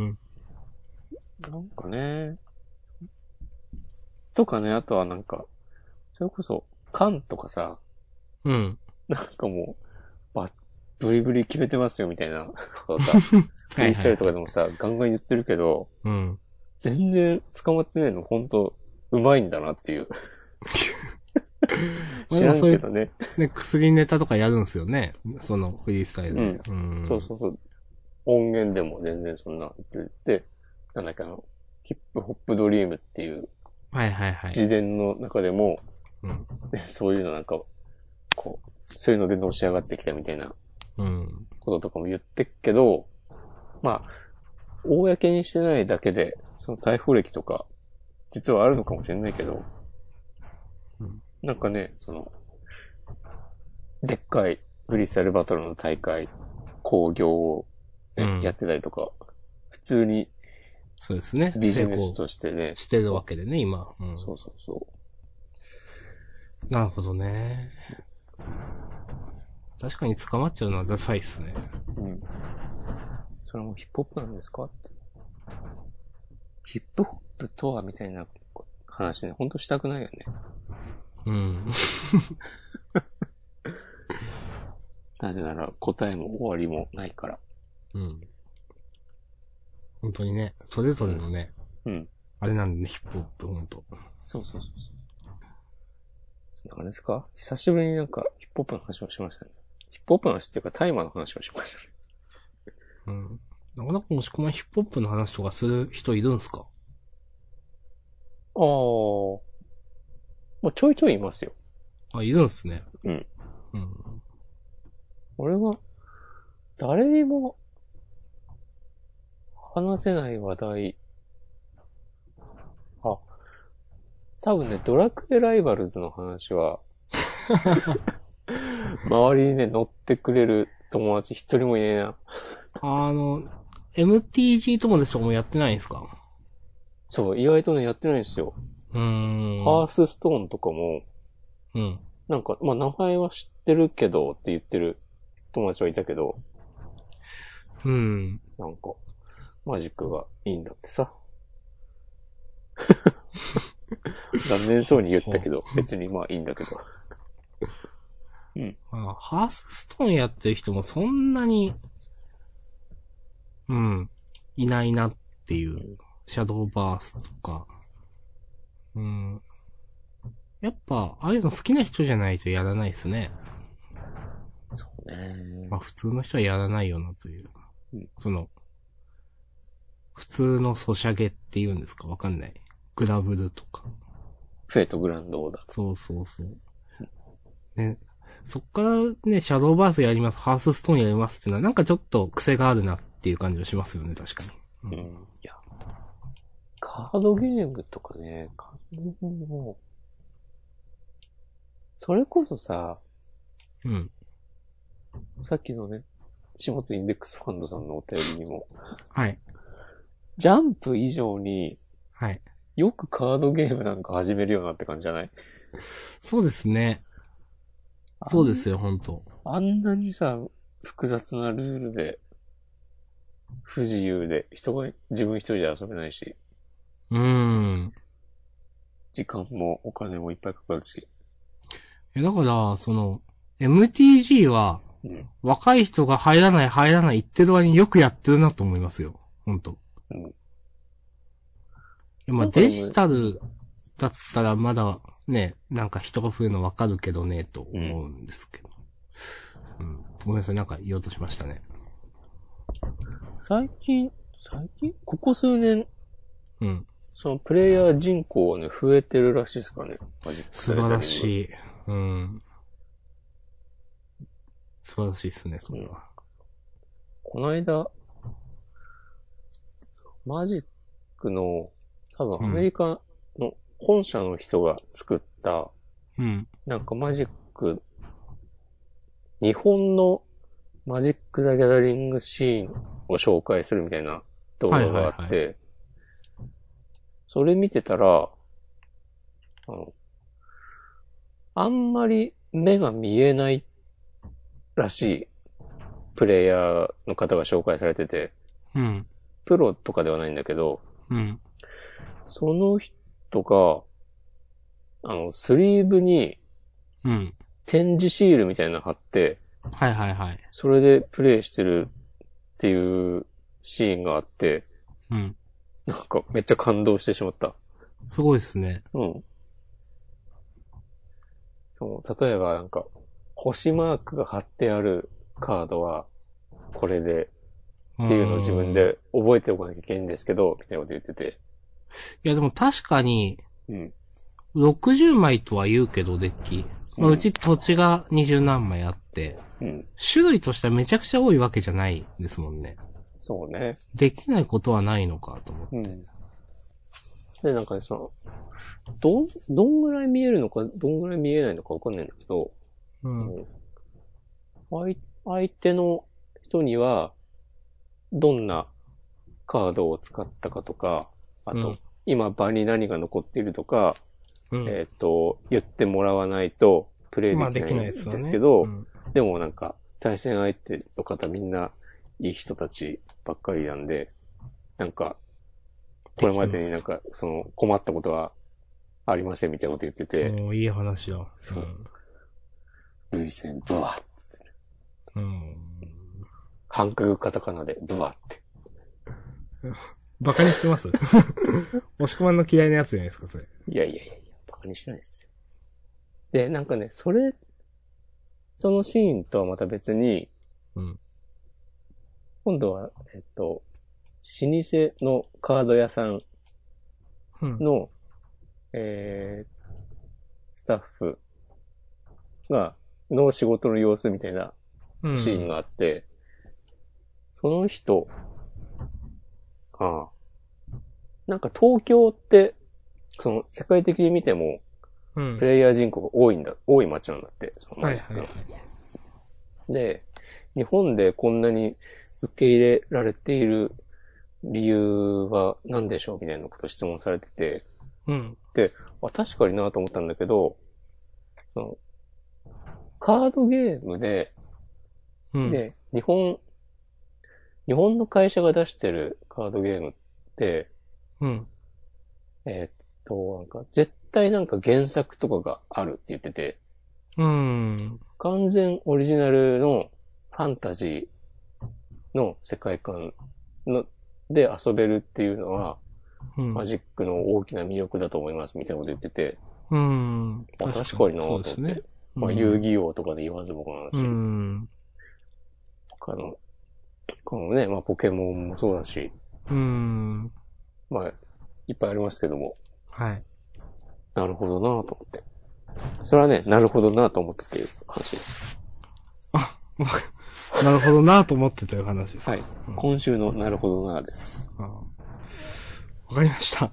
Speaker 2: んなんかね、とかね、あとはなんか、それこそ、缶とかさ、
Speaker 1: うん。
Speaker 2: なんかもう、ば、ブリブリ決めてますよみたい な、とかさ、フリースタイルとかでもさ、ガンガン言ってるけど、
Speaker 1: うん。
Speaker 2: 全然捕まってないの、本当うまいんだなっていう。 知らんけどね。
Speaker 1: ね、薬ネタとかやるんですよね。その、フリースタイルで。うん
Speaker 2: そうそうそう。音源でも全然そんなって言って、なんだっけあの、ヒップホップドリームっていう
Speaker 1: はいはいはい。
Speaker 2: 自伝の中でも、
Speaker 1: うん。
Speaker 2: ねそういうのなんか、こう、そういうのでのし上がってきたみたいな
Speaker 1: うん。
Speaker 2: こととかも言ってっけど、まあ、公にしてないだけで、その逮捕歴とか、実はあるのかもしれないけど
Speaker 1: うん、
Speaker 2: なんかね、その、でっかいフリースタイルバトルの大会、興行をね、
Speaker 1: うん
Speaker 2: やってたりとか、普通に
Speaker 1: そうですね。
Speaker 2: ビジネスとしてね、
Speaker 1: してるわけでね、今。うん、
Speaker 2: そうそうそう。
Speaker 1: なるほどね。確かに捕まっちゃうのはダサいっすね。
Speaker 2: うん。それもヒップホップなんですかって。ヒップホップとはみたいな話ね、ほんとしたくないよね。
Speaker 1: うん。
Speaker 2: なぜなら答えも終わりもないから。
Speaker 1: うん。本当にね、それぞれのね、
Speaker 2: うん。
Speaker 1: あれなんでね、ヒップホップ、本当
Speaker 2: そうそうそうそう。なんかあれですか久しぶりになんかヒップホップの話をしましたね。ヒップホップの話っていうかタイマーの話をしましたね。
Speaker 1: うん。なかなかもしくまヒップホップの話とかする人いるんすか
Speaker 2: ああ。まあちょいちょいいますよ。
Speaker 1: あ、いるんすね。
Speaker 2: うん。
Speaker 1: うん。
Speaker 2: 俺は、誰にも話せない話題。あ、多分ね、ドラクエライバルズの 話は、周りにね、乗ってくれる友達一人もいねえな。
Speaker 1: あの、MTG 友達とかもやってないんすか
Speaker 2: そう、意外とね、やってないんですよ。
Speaker 1: うーん。
Speaker 2: ハースストーンとかも、
Speaker 1: うん。
Speaker 2: なんか、まあ、名前は知ってるけどって言ってる友達はいたけど、
Speaker 1: うん。
Speaker 2: なんか、マジックがいいんだって さ。残念そうに言ったけど、別にまあいいんだけど。うん
Speaker 1: まあ、ハースストーンやってる人もそんなに、うん、いないなっていう。シャドーバースとか。うん。やっぱ、ああいうの好きな人じゃないとやらないですね。
Speaker 2: そうね
Speaker 1: まあ普通の人はやらないよなという。
Speaker 2: うん
Speaker 1: その、普通のソシャゲっていうんですかわかんない。グラブルとか。
Speaker 2: フェイトグランドオーダー。
Speaker 1: そうそうそう。ね、そっからね、シャドーバースやります、ハースストーンやりますっていうのはなんかちょっと癖があるなっていう感じはしますよね、確かに。うん
Speaker 2: ん。いや。カードゲームとかね、完全にもう、それこそさ、
Speaker 1: うん。
Speaker 2: さっきのね、下津インデックスファンドさんのお便りにも、
Speaker 1: はい。
Speaker 2: ジャンプ以上に
Speaker 1: はい。
Speaker 2: よくカードゲームなんか始めるようなって感じじゃない
Speaker 1: そうですね。そうですよ、本当
Speaker 2: あんなにさ、複雑なルールで、不自由で、人が、自分一人で遊べないし、
Speaker 1: うーん。
Speaker 2: 時間もお金もいっぱいかかるし。
Speaker 1: え、だから、その、MTG は、
Speaker 2: うん。
Speaker 1: 若い人が入らない入らない言ってる割によくやってるなと思いますよ。ほんと。
Speaker 2: うん
Speaker 1: いやまあ
Speaker 2: なんかで
Speaker 1: デ
Speaker 2: も
Speaker 1: ジタルだったらまだね、なんか人が増えるのわかるけどね、と思うんですけど。うん。ごめんなさい、なんか言おうとしましたね。
Speaker 2: 最近、最近ここ数年、
Speaker 1: うん。
Speaker 2: そのプレイヤー人口はね、増えてるらしいですからね。マジック
Speaker 1: 素晴ら
Speaker 2: い。
Speaker 1: しい。うん。素晴らしいですね、それは。
Speaker 2: この間、マジックの、多分アメリカの本社の人が作った、
Speaker 1: うん。
Speaker 2: なんかマジック、日本のマジック・ザ・ギャザリングシーンを紹介するみたいな動画があって、
Speaker 1: はいはい
Speaker 2: それ見てたら、あの、あんまり目が見えないらしいプレイヤーの方が紹介されてて、
Speaker 1: うん。
Speaker 2: プロとかではないんだけど、
Speaker 1: うん。
Speaker 2: その人が、あの、スリーブに
Speaker 1: うん。
Speaker 2: 展示シールみたいなの貼って、
Speaker 1: はいはいはい。
Speaker 2: それでプレイしてるっていうシーンがあって、
Speaker 1: うん。
Speaker 2: なんかめっちゃ感動してしまった。
Speaker 1: すごいですね。
Speaker 2: うん。そう、例えばなんか、星マークが貼ってあるカードは、これで、っていうのを自分で覚えておかなきゃいけないんですけど、みたいなこと言ってて。
Speaker 1: いやでも確かに、
Speaker 2: うん。
Speaker 1: 60枚とは言うけど、デッキ。まあ、
Speaker 2: うん
Speaker 1: うち土地が20何枚あって、
Speaker 2: うん。
Speaker 1: 種類としてはめちゃくちゃ多いわけじゃないですもんね。
Speaker 2: そうね。
Speaker 1: できないことはないのかと思って。
Speaker 2: うん。で、なんかね、その、どん、どんぐらい見えるのか、どんぐらい見えないのかわかんないんだけど、
Speaker 1: うん。
Speaker 2: 相相手の人には、どんなカードを使ったかとか、あと、
Speaker 1: うん
Speaker 2: 今場に何が残っているとか、
Speaker 1: うん。
Speaker 2: えっ、と、言ってもらわないと、プレイ
Speaker 1: まあ
Speaker 2: で
Speaker 1: で
Speaker 2: き
Speaker 1: き
Speaker 2: な
Speaker 1: ない
Speaker 2: いん
Speaker 1: で
Speaker 2: ですす
Speaker 1: よね。
Speaker 2: けど、
Speaker 1: うん
Speaker 2: でもなんか、対戦相手の方みんな、いい人たちばっかりなんで、なんか、これまでになんか、その、困ったことはありませんみたいなこと言ってて、
Speaker 1: もういい話だ。
Speaker 2: そ涙腺ブワッつって、
Speaker 1: うん。うん。
Speaker 2: 半角カタカナでブワッって。
Speaker 1: バカにしてます 押し込まんの嫌いなやつじゃないですか、それ。
Speaker 2: いやいやいやいや、バカにしてないですよ。で、なんかね、それ、そのシーンとはまた別に、
Speaker 1: うん。
Speaker 2: 今度は、えっと、老舗のカード屋さん
Speaker 1: うん。
Speaker 2: の、えー、スタッフが、の仕事の様子みたいな
Speaker 1: うん
Speaker 2: シーンがあって、その人、ああ、なんか東京って、その、社会的に見ても、
Speaker 1: うん
Speaker 2: プ。レイヤー人口が多いんだ、多い街なんだって。その
Speaker 1: はいはいはい。
Speaker 2: で、日本でこんなに受け入れられている理由は何でしょうみたいなことを質問されてて、
Speaker 1: うん。
Speaker 2: あ、確かになと思ったんだけど、その、カードゲームで、
Speaker 1: うん。
Speaker 2: で、日本、日本の会社が出してるカードゲームって、
Speaker 1: うん。
Speaker 2: えーっと、なんか、絶対なんか原作とかがあるって言ってて、
Speaker 1: うん。
Speaker 2: 完全オリジナルのファンタジーの世界観ので遊べるっていうのは、
Speaker 1: うん。
Speaker 2: マジックの大きな魅力だと思いますみたいなこと言ってて、
Speaker 1: うん。
Speaker 2: まあ確かにな
Speaker 1: そ
Speaker 2: と思
Speaker 1: う
Speaker 2: って
Speaker 1: ですね。
Speaker 2: まあ
Speaker 1: うん
Speaker 2: 遊戯王とかで言わずもが
Speaker 1: う
Speaker 2: なし、
Speaker 1: ん。
Speaker 2: 他の、このね、まあポケモンもそうだし、
Speaker 1: うん。
Speaker 2: まあいっぱいありますけども、
Speaker 1: はい。
Speaker 2: なるほどなと思って。それはね、なるほどなと思ったっていう話です。
Speaker 1: あ、なるほどなと思ってという話です。
Speaker 2: はい。今週のなるほどなです。
Speaker 1: あわかりました。い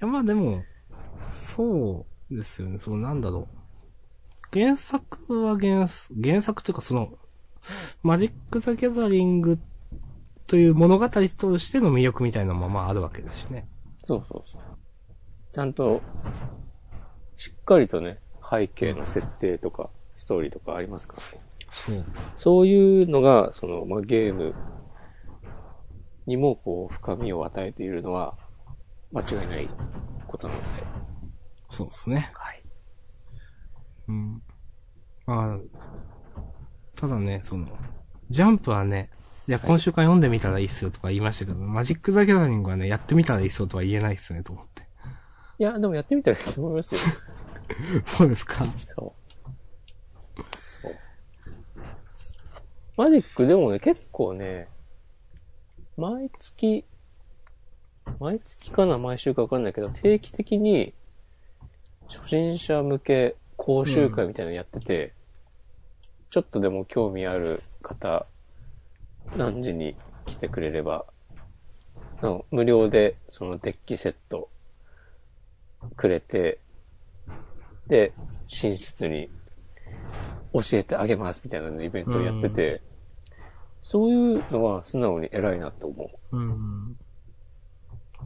Speaker 1: や、まあでも、そうですよね。そのなんだろう。原作は原作、原作というかその、マジック・ザ・ギャザリングという物語通しての魅力みたいなのもまああるわけですしね。
Speaker 2: そうそうそう。ちゃんと、しっかりとね、背景の設定とか、ストーリーとかありますからね。
Speaker 1: そう。
Speaker 2: そういうのが、その、まあ、ゲームにも、こう、深みを与えているのは、間違いないことなので。
Speaker 1: そうですね。
Speaker 2: はい。
Speaker 1: うん。まあ、ただね、その、ジャンプはね、いや、今週から読んでみたらいいっすよとか言いましたけど、マジック・ザ・ギャザリングはね、やってみたらいいっすよとは言えないっすね、と思って。
Speaker 2: いや、でもやってみたらいいと思いますよ。
Speaker 1: そうですか。
Speaker 2: そう。そう。マジックでもね、結構ね、毎月、毎月かな毎週かわかんないけど、定期的に、初心者向け講習会みたいなのやってて、ちょっとでも興味ある方、何時に来てくれれば、あの無料でそのデッキセットくれて、で、寝室に教えてあげますみたいなのイベントをやってて、そういうのは素直に偉いなと思
Speaker 1: うん。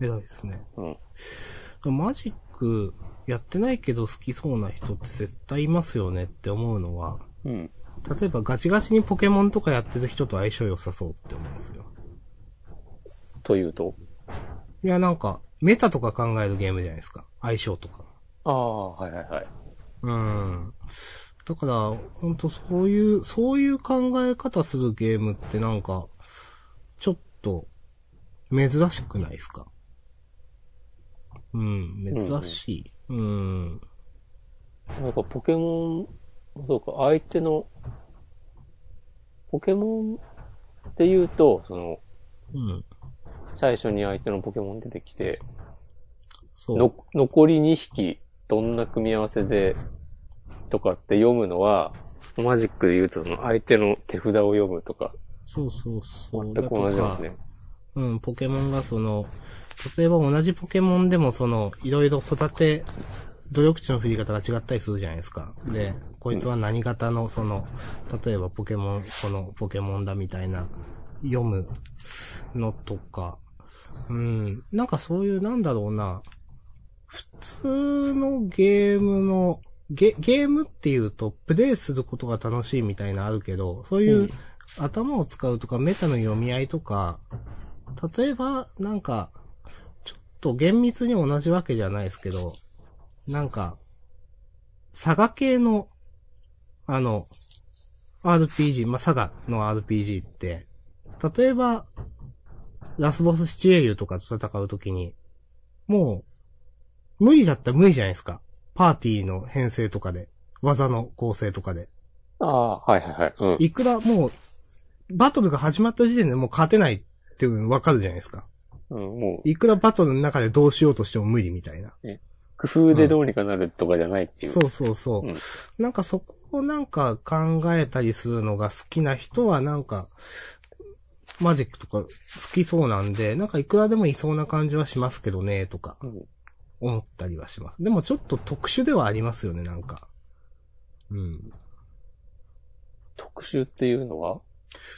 Speaker 1: 偉いですね。
Speaker 2: う。うん。
Speaker 1: マジックやってないけど好きそうな人って絶対いますよねって思うのは、
Speaker 2: うん。
Speaker 1: 例えばガチガチにポケモンとかやってる人と相性良さそうって思うんですよ。
Speaker 2: というと
Speaker 1: いや、なんか、メタとか考えるゲームじゃないですか。相性とか。
Speaker 2: ああ、はいはいはい。
Speaker 1: うん。だから、ほんとそういう、そういう考え方するゲームってなんか、ちょっと、珍しくないですかうん、珍しい。うん。
Speaker 2: なんかポケモン、そうか、相手の、ポケモンって言うと、その、
Speaker 1: うん。
Speaker 2: 最初に相手のポケモン出てきて、
Speaker 1: そう。
Speaker 2: の残り2匹、どんな組み合わせで、とかって読むのは、マジックで言うと、その相手の手札を読むとか、
Speaker 1: そうそうそう。
Speaker 2: 全く同じなんですね。
Speaker 1: うん、ポケモンがその、例えば同じポケモンでもその、いろいろ育て、努力値の振り方が違ったりするじゃないですか。で、こいつは何型のその、例えばポケモン、このポケモンだみたいな、読むのとか、うん、なんかそういう、なんだろうな、普通のゲームの、ゲ、ゲームっていうと、プレイすることが楽しいみたいなのあるけど、そういううん頭を使うとか、メタの読み合いとか、例えば、なんか、ちょっと厳密に同じわけじゃないですけど、なんか、佐賀系の、あの、RPG、まあ、佐賀の RPG って、例えば、ラスボスシチュエリューとかと戦うときに、もう、無理だったら無理じゃないですか。パーティーの編成とかで、技の構成とかで。
Speaker 2: ああ、はいはいはい。うん。
Speaker 1: いくらもう、バトルが始まった時点でもう勝てないっていうのわかるじゃないですか。
Speaker 2: うん、もう、
Speaker 1: いくらバトルの中でどうしようとしても無理みたいな。
Speaker 2: 工夫でどうにかなるとかじゃないっていう。
Speaker 1: そうそうそう。
Speaker 2: うん
Speaker 1: なんかそこをなんか考えたりするのが好きな人はなんか、マジックとか好きそうなんで、なんかいくらでもいそうな感じはしますけどね、とか
Speaker 2: うん
Speaker 1: 思ったりはします。でもちょっと特殊ではありますよね、なんか。うん。
Speaker 2: 特集っていうのは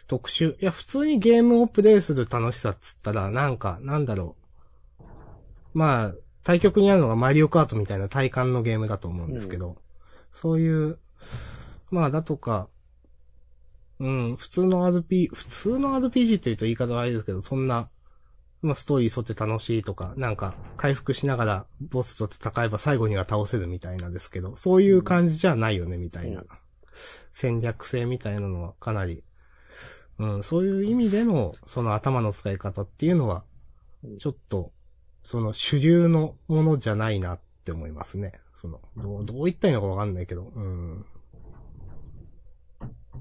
Speaker 1: 特殊。いや、普通にゲームをプレイする楽しさっつったら、なんか、なんだろう。まあ、対局にあるのがマリオカートみたいな体感のゲームだと思うんですけど、そういう、まあ、だとか、うん、普通の RP、普通の RPG って言うと言い方はあれですけど、そんな、まあ、ストーリー沿って楽しいとか、なんか、回復しながらボスと戦えば最後には倒せるみたいなんですけど、そういう感じじゃないよね、みたいな。
Speaker 2: うん
Speaker 1: 戦略性みたいなのはかなり、うん、そういう意味での、その頭の使い方っていうのは、ちょっと、その主流のものじゃないなって思いますね。その、どう、どう言ったらいいのかわかんないけど、うん。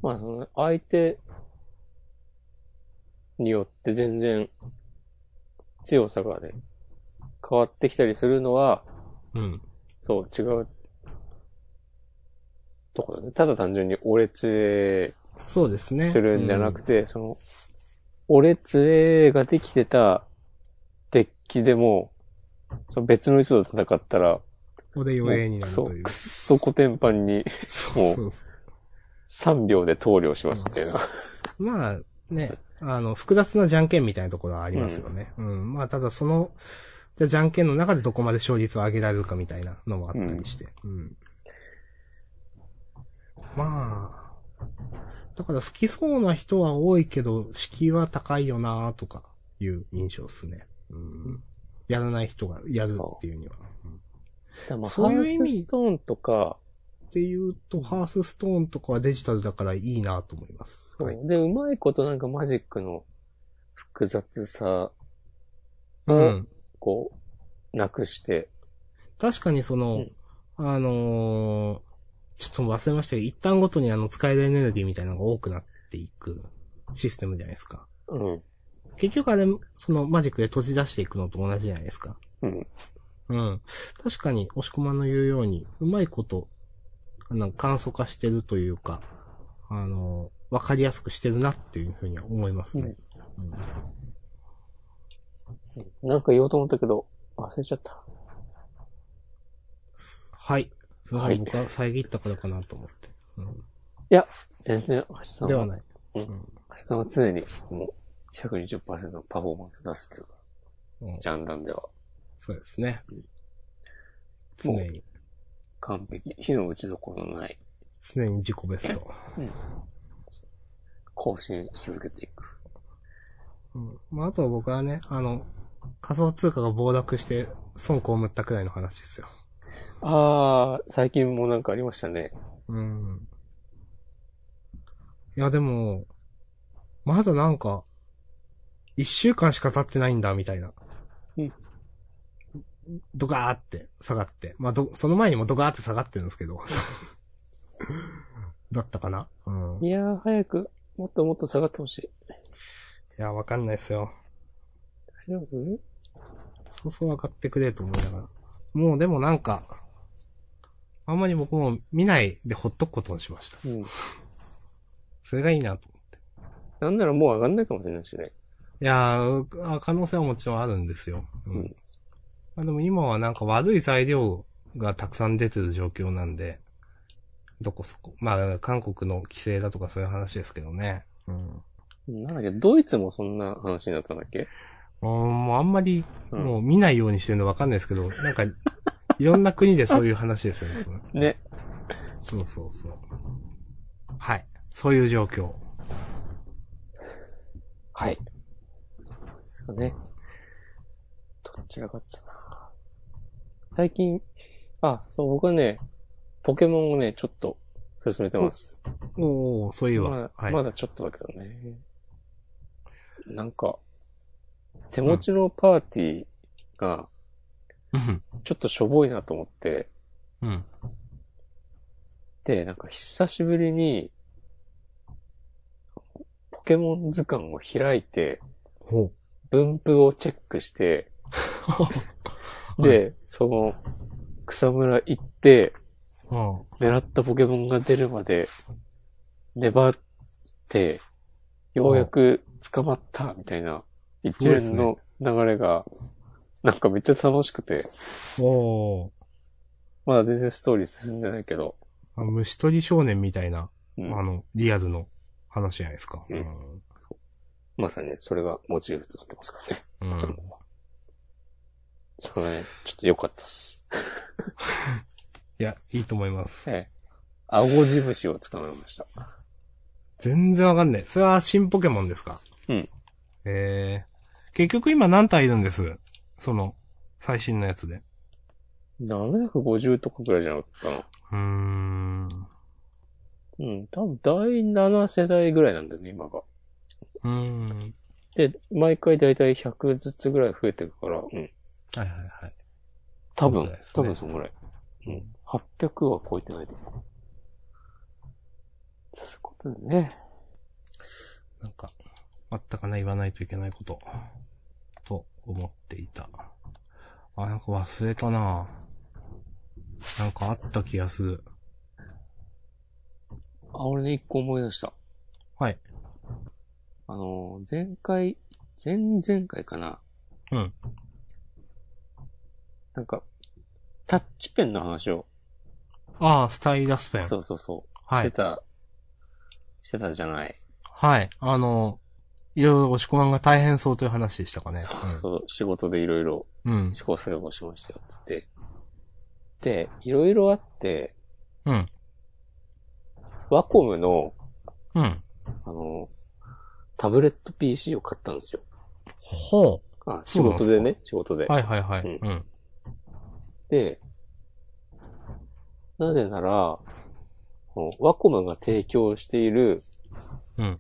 Speaker 2: まあ、その、相手によって全然強さがね、変わってきたりするのは、
Speaker 1: うん。
Speaker 2: そう、違う。とこだね。ただ単純に俺強え
Speaker 1: そうですね。
Speaker 2: するんじゃなくて、その、俺強えができてたデッキでも、その別の人と戦ったら、
Speaker 1: うん、俺弱えになる
Speaker 2: そ
Speaker 1: と
Speaker 2: う、
Speaker 1: いう
Speaker 2: くっ。そコテンパンに
Speaker 1: そう
Speaker 2: も
Speaker 1: そう
Speaker 2: 3秒で投了しますっていうな。
Speaker 1: まあね、あの、複雑なじゃんけんみたいなところはありますよね。うん。まあただその、じゃあじゃんけんの中でどこまで勝率を上げられるかみたいなのもあったりして。うん。まあ、だから好きそうな人は多いけど、敷居は高いよなとかいう印象ですね。うん。やらない人がやるっていうには。うん
Speaker 2: まあ
Speaker 1: そういう意味
Speaker 2: ハースストーンとか、
Speaker 1: っていうと、ハースストーンとかはデジタルだからいいなと思います。はい。
Speaker 2: で、うまいことなんかマジックの複雑さ
Speaker 1: う
Speaker 2: うん
Speaker 1: ん。
Speaker 2: をなくして、
Speaker 1: 確かにその、あのーちょっと忘れましたけど、一旦ごとにあの使えるエネルギーみたいなのが多くなっていくシステムじゃないですか。
Speaker 2: うん。
Speaker 1: 結局あれ、そのマジックで閉じ出していくのと同じじゃないですか。
Speaker 2: うん。
Speaker 1: うん。確かに、押し込まんの言うように、うまいこと、なんか簡素化してるというか、あのーわかりやすくしてるなっていうふうには思いますね。うん
Speaker 2: なんか言おうと思ったけど、忘れちゃった。
Speaker 1: はい。すご
Speaker 2: はいい
Speaker 1: 僕は遮ったからかなと思って。
Speaker 2: 全然、明日さ
Speaker 1: うんん、では
Speaker 2: は、
Speaker 1: ない。
Speaker 2: うん明日さんは常にもう120%のパフォーマンス出すっていうか、
Speaker 1: うん
Speaker 2: ジャンダンでは
Speaker 1: そうですね。常
Speaker 2: もう
Speaker 1: に。
Speaker 2: 完璧。火の打ちどころのない
Speaker 1: 常に自己ベスト。
Speaker 2: 更新し続けていく。
Speaker 1: うん。まあ、あとは僕はね、あの、仮想通貨が暴落して損こむったくらいの話ですよ。
Speaker 2: あー、最近もなんかありましたね。
Speaker 1: うん。いや、でも、まだなんか、一週間しか経ってないんだ、みたいな。
Speaker 2: うん。
Speaker 1: ドガーって下がって。まあ、ど、その前にもドガーって下がってるんですけ ど。だったかなうん。
Speaker 2: いやー、早く、もっともっと下がってほしい。
Speaker 1: いや、わかんないですよ。
Speaker 2: 大丈夫
Speaker 1: そうそう分かってくれと思いながら。もうでもなんか、あんまり僕も見ないでほっとくことにしました。
Speaker 2: うん。
Speaker 1: それがいいなと思って。
Speaker 2: なんならもう上がんないかもしれないしね。
Speaker 1: いやー、あ可能性はもちろんあるんですよ。うん。
Speaker 2: うん
Speaker 1: まあでも今はなんか悪い材料がたくさん出てる状況なんで、どこそこ。まあ、韓国の規制だとかそういう話ですけどね。うん。
Speaker 2: なんだっけ、ドイツもそんな話になったんだっけ
Speaker 1: うんもうあんまり、
Speaker 2: うん
Speaker 1: もう見ないようにしてるのわかんないですけど、なんか、いろんな国でそういう話ですよね。
Speaker 2: ね。
Speaker 1: そうそうそう。はい。そういう状況。
Speaker 2: はい。ですかね。どっちらかっちゃな。最近、あ、そう、僕はね、ポケモンをね、ちょっと進めてます。
Speaker 1: おおそういう
Speaker 2: ま
Speaker 1: わ
Speaker 2: だ。、
Speaker 1: はい。
Speaker 2: まだちょっとだけどね。なんか、手持ちのパーティーが、
Speaker 1: うん。
Speaker 2: ちょっとしょぼいなと思って、
Speaker 1: うん。
Speaker 2: で、なんか久しぶりに、ポケモン図鑑を開いて、
Speaker 1: ほ
Speaker 2: 分布をチェックして、
Speaker 1: う。
Speaker 2: で、その、草むら行って、
Speaker 1: はい、
Speaker 2: 狙ったポケモンが出るまで、粘って、ようやく捕まった、みたいな、一連の流れが、なんかめっちゃ楽しくて、
Speaker 1: うん。おー
Speaker 2: まだ全然ストーリー進んでないけど、
Speaker 1: あ虫取り少年みたいな、
Speaker 2: うん
Speaker 1: あの、リアルの話じゃないですか。
Speaker 2: うん
Speaker 1: ん。
Speaker 2: まさにそれがモチーフとなってますからね。
Speaker 1: うん。
Speaker 2: それはね、ちょっと良かったっす。
Speaker 1: いや、いいと思います。
Speaker 2: ええ。青ジムシを捕まえました。
Speaker 1: 全然わかんない。それは新ポケモンですか
Speaker 2: うん。
Speaker 1: え結局今何体いるんですその、最新のやつで。
Speaker 2: 750とかくらいじゃなかったかな。
Speaker 1: うーん。
Speaker 2: うん、多分第7世代ぐらいなんだよね、今が。
Speaker 1: うーん。
Speaker 2: で、毎回だいたい100ずつぐらい増えてるから、うん。
Speaker 1: はいはいはい。
Speaker 2: 多
Speaker 1: そう
Speaker 2: 分、
Speaker 1: ですね
Speaker 2: 多分そんぐらい。うん。800は超えてないと思う。そういうことでね。
Speaker 1: なんか、あったかな言わないといけないこと、と思っていた。あ、なんか忘れたななんかあった気がする。
Speaker 2: あ、俺ね、一個思い出した。
Speaker 1: はい。
Speaker 2: あの、前回、前々回かな。
Speaker 1: うん。
Speaker 2: なんか、タッチペンの話を、
Speaker 1: ああ、スタイラスペン。
Speaker 2: そうそうそう、
Speaker 1: は
Speaker 2: して
Speaker 1: い。
Speaker 2: た、してたじゃない。
Speaker 1: はい。あの、いろいろ押し込まんが大変そうという話でしたかね。
Speaker 2: そうそう、仕事でいろいろ
Speaker 1: うん。
Speaker 2: 試行錯誤しましたよ、つって。で、いろいろあって、
Speaker 1: うん。
Speaker 2: ワコムの、
Speaker 1: うん。
Speaker 2: あの、タブレット PC を買ったんですよ。
Speaker 1: ほ
Speaker 2: あ、仕
Speaker 1: そうなんですか
Speaker 2: 事でね、仕事で。
Speaker 1: う。はいはいはい。
Speaker 2: う
Speaker 1: うん。
Speaker 2: で、なぜなら、このワコムが提供している
Speaker 1: うん。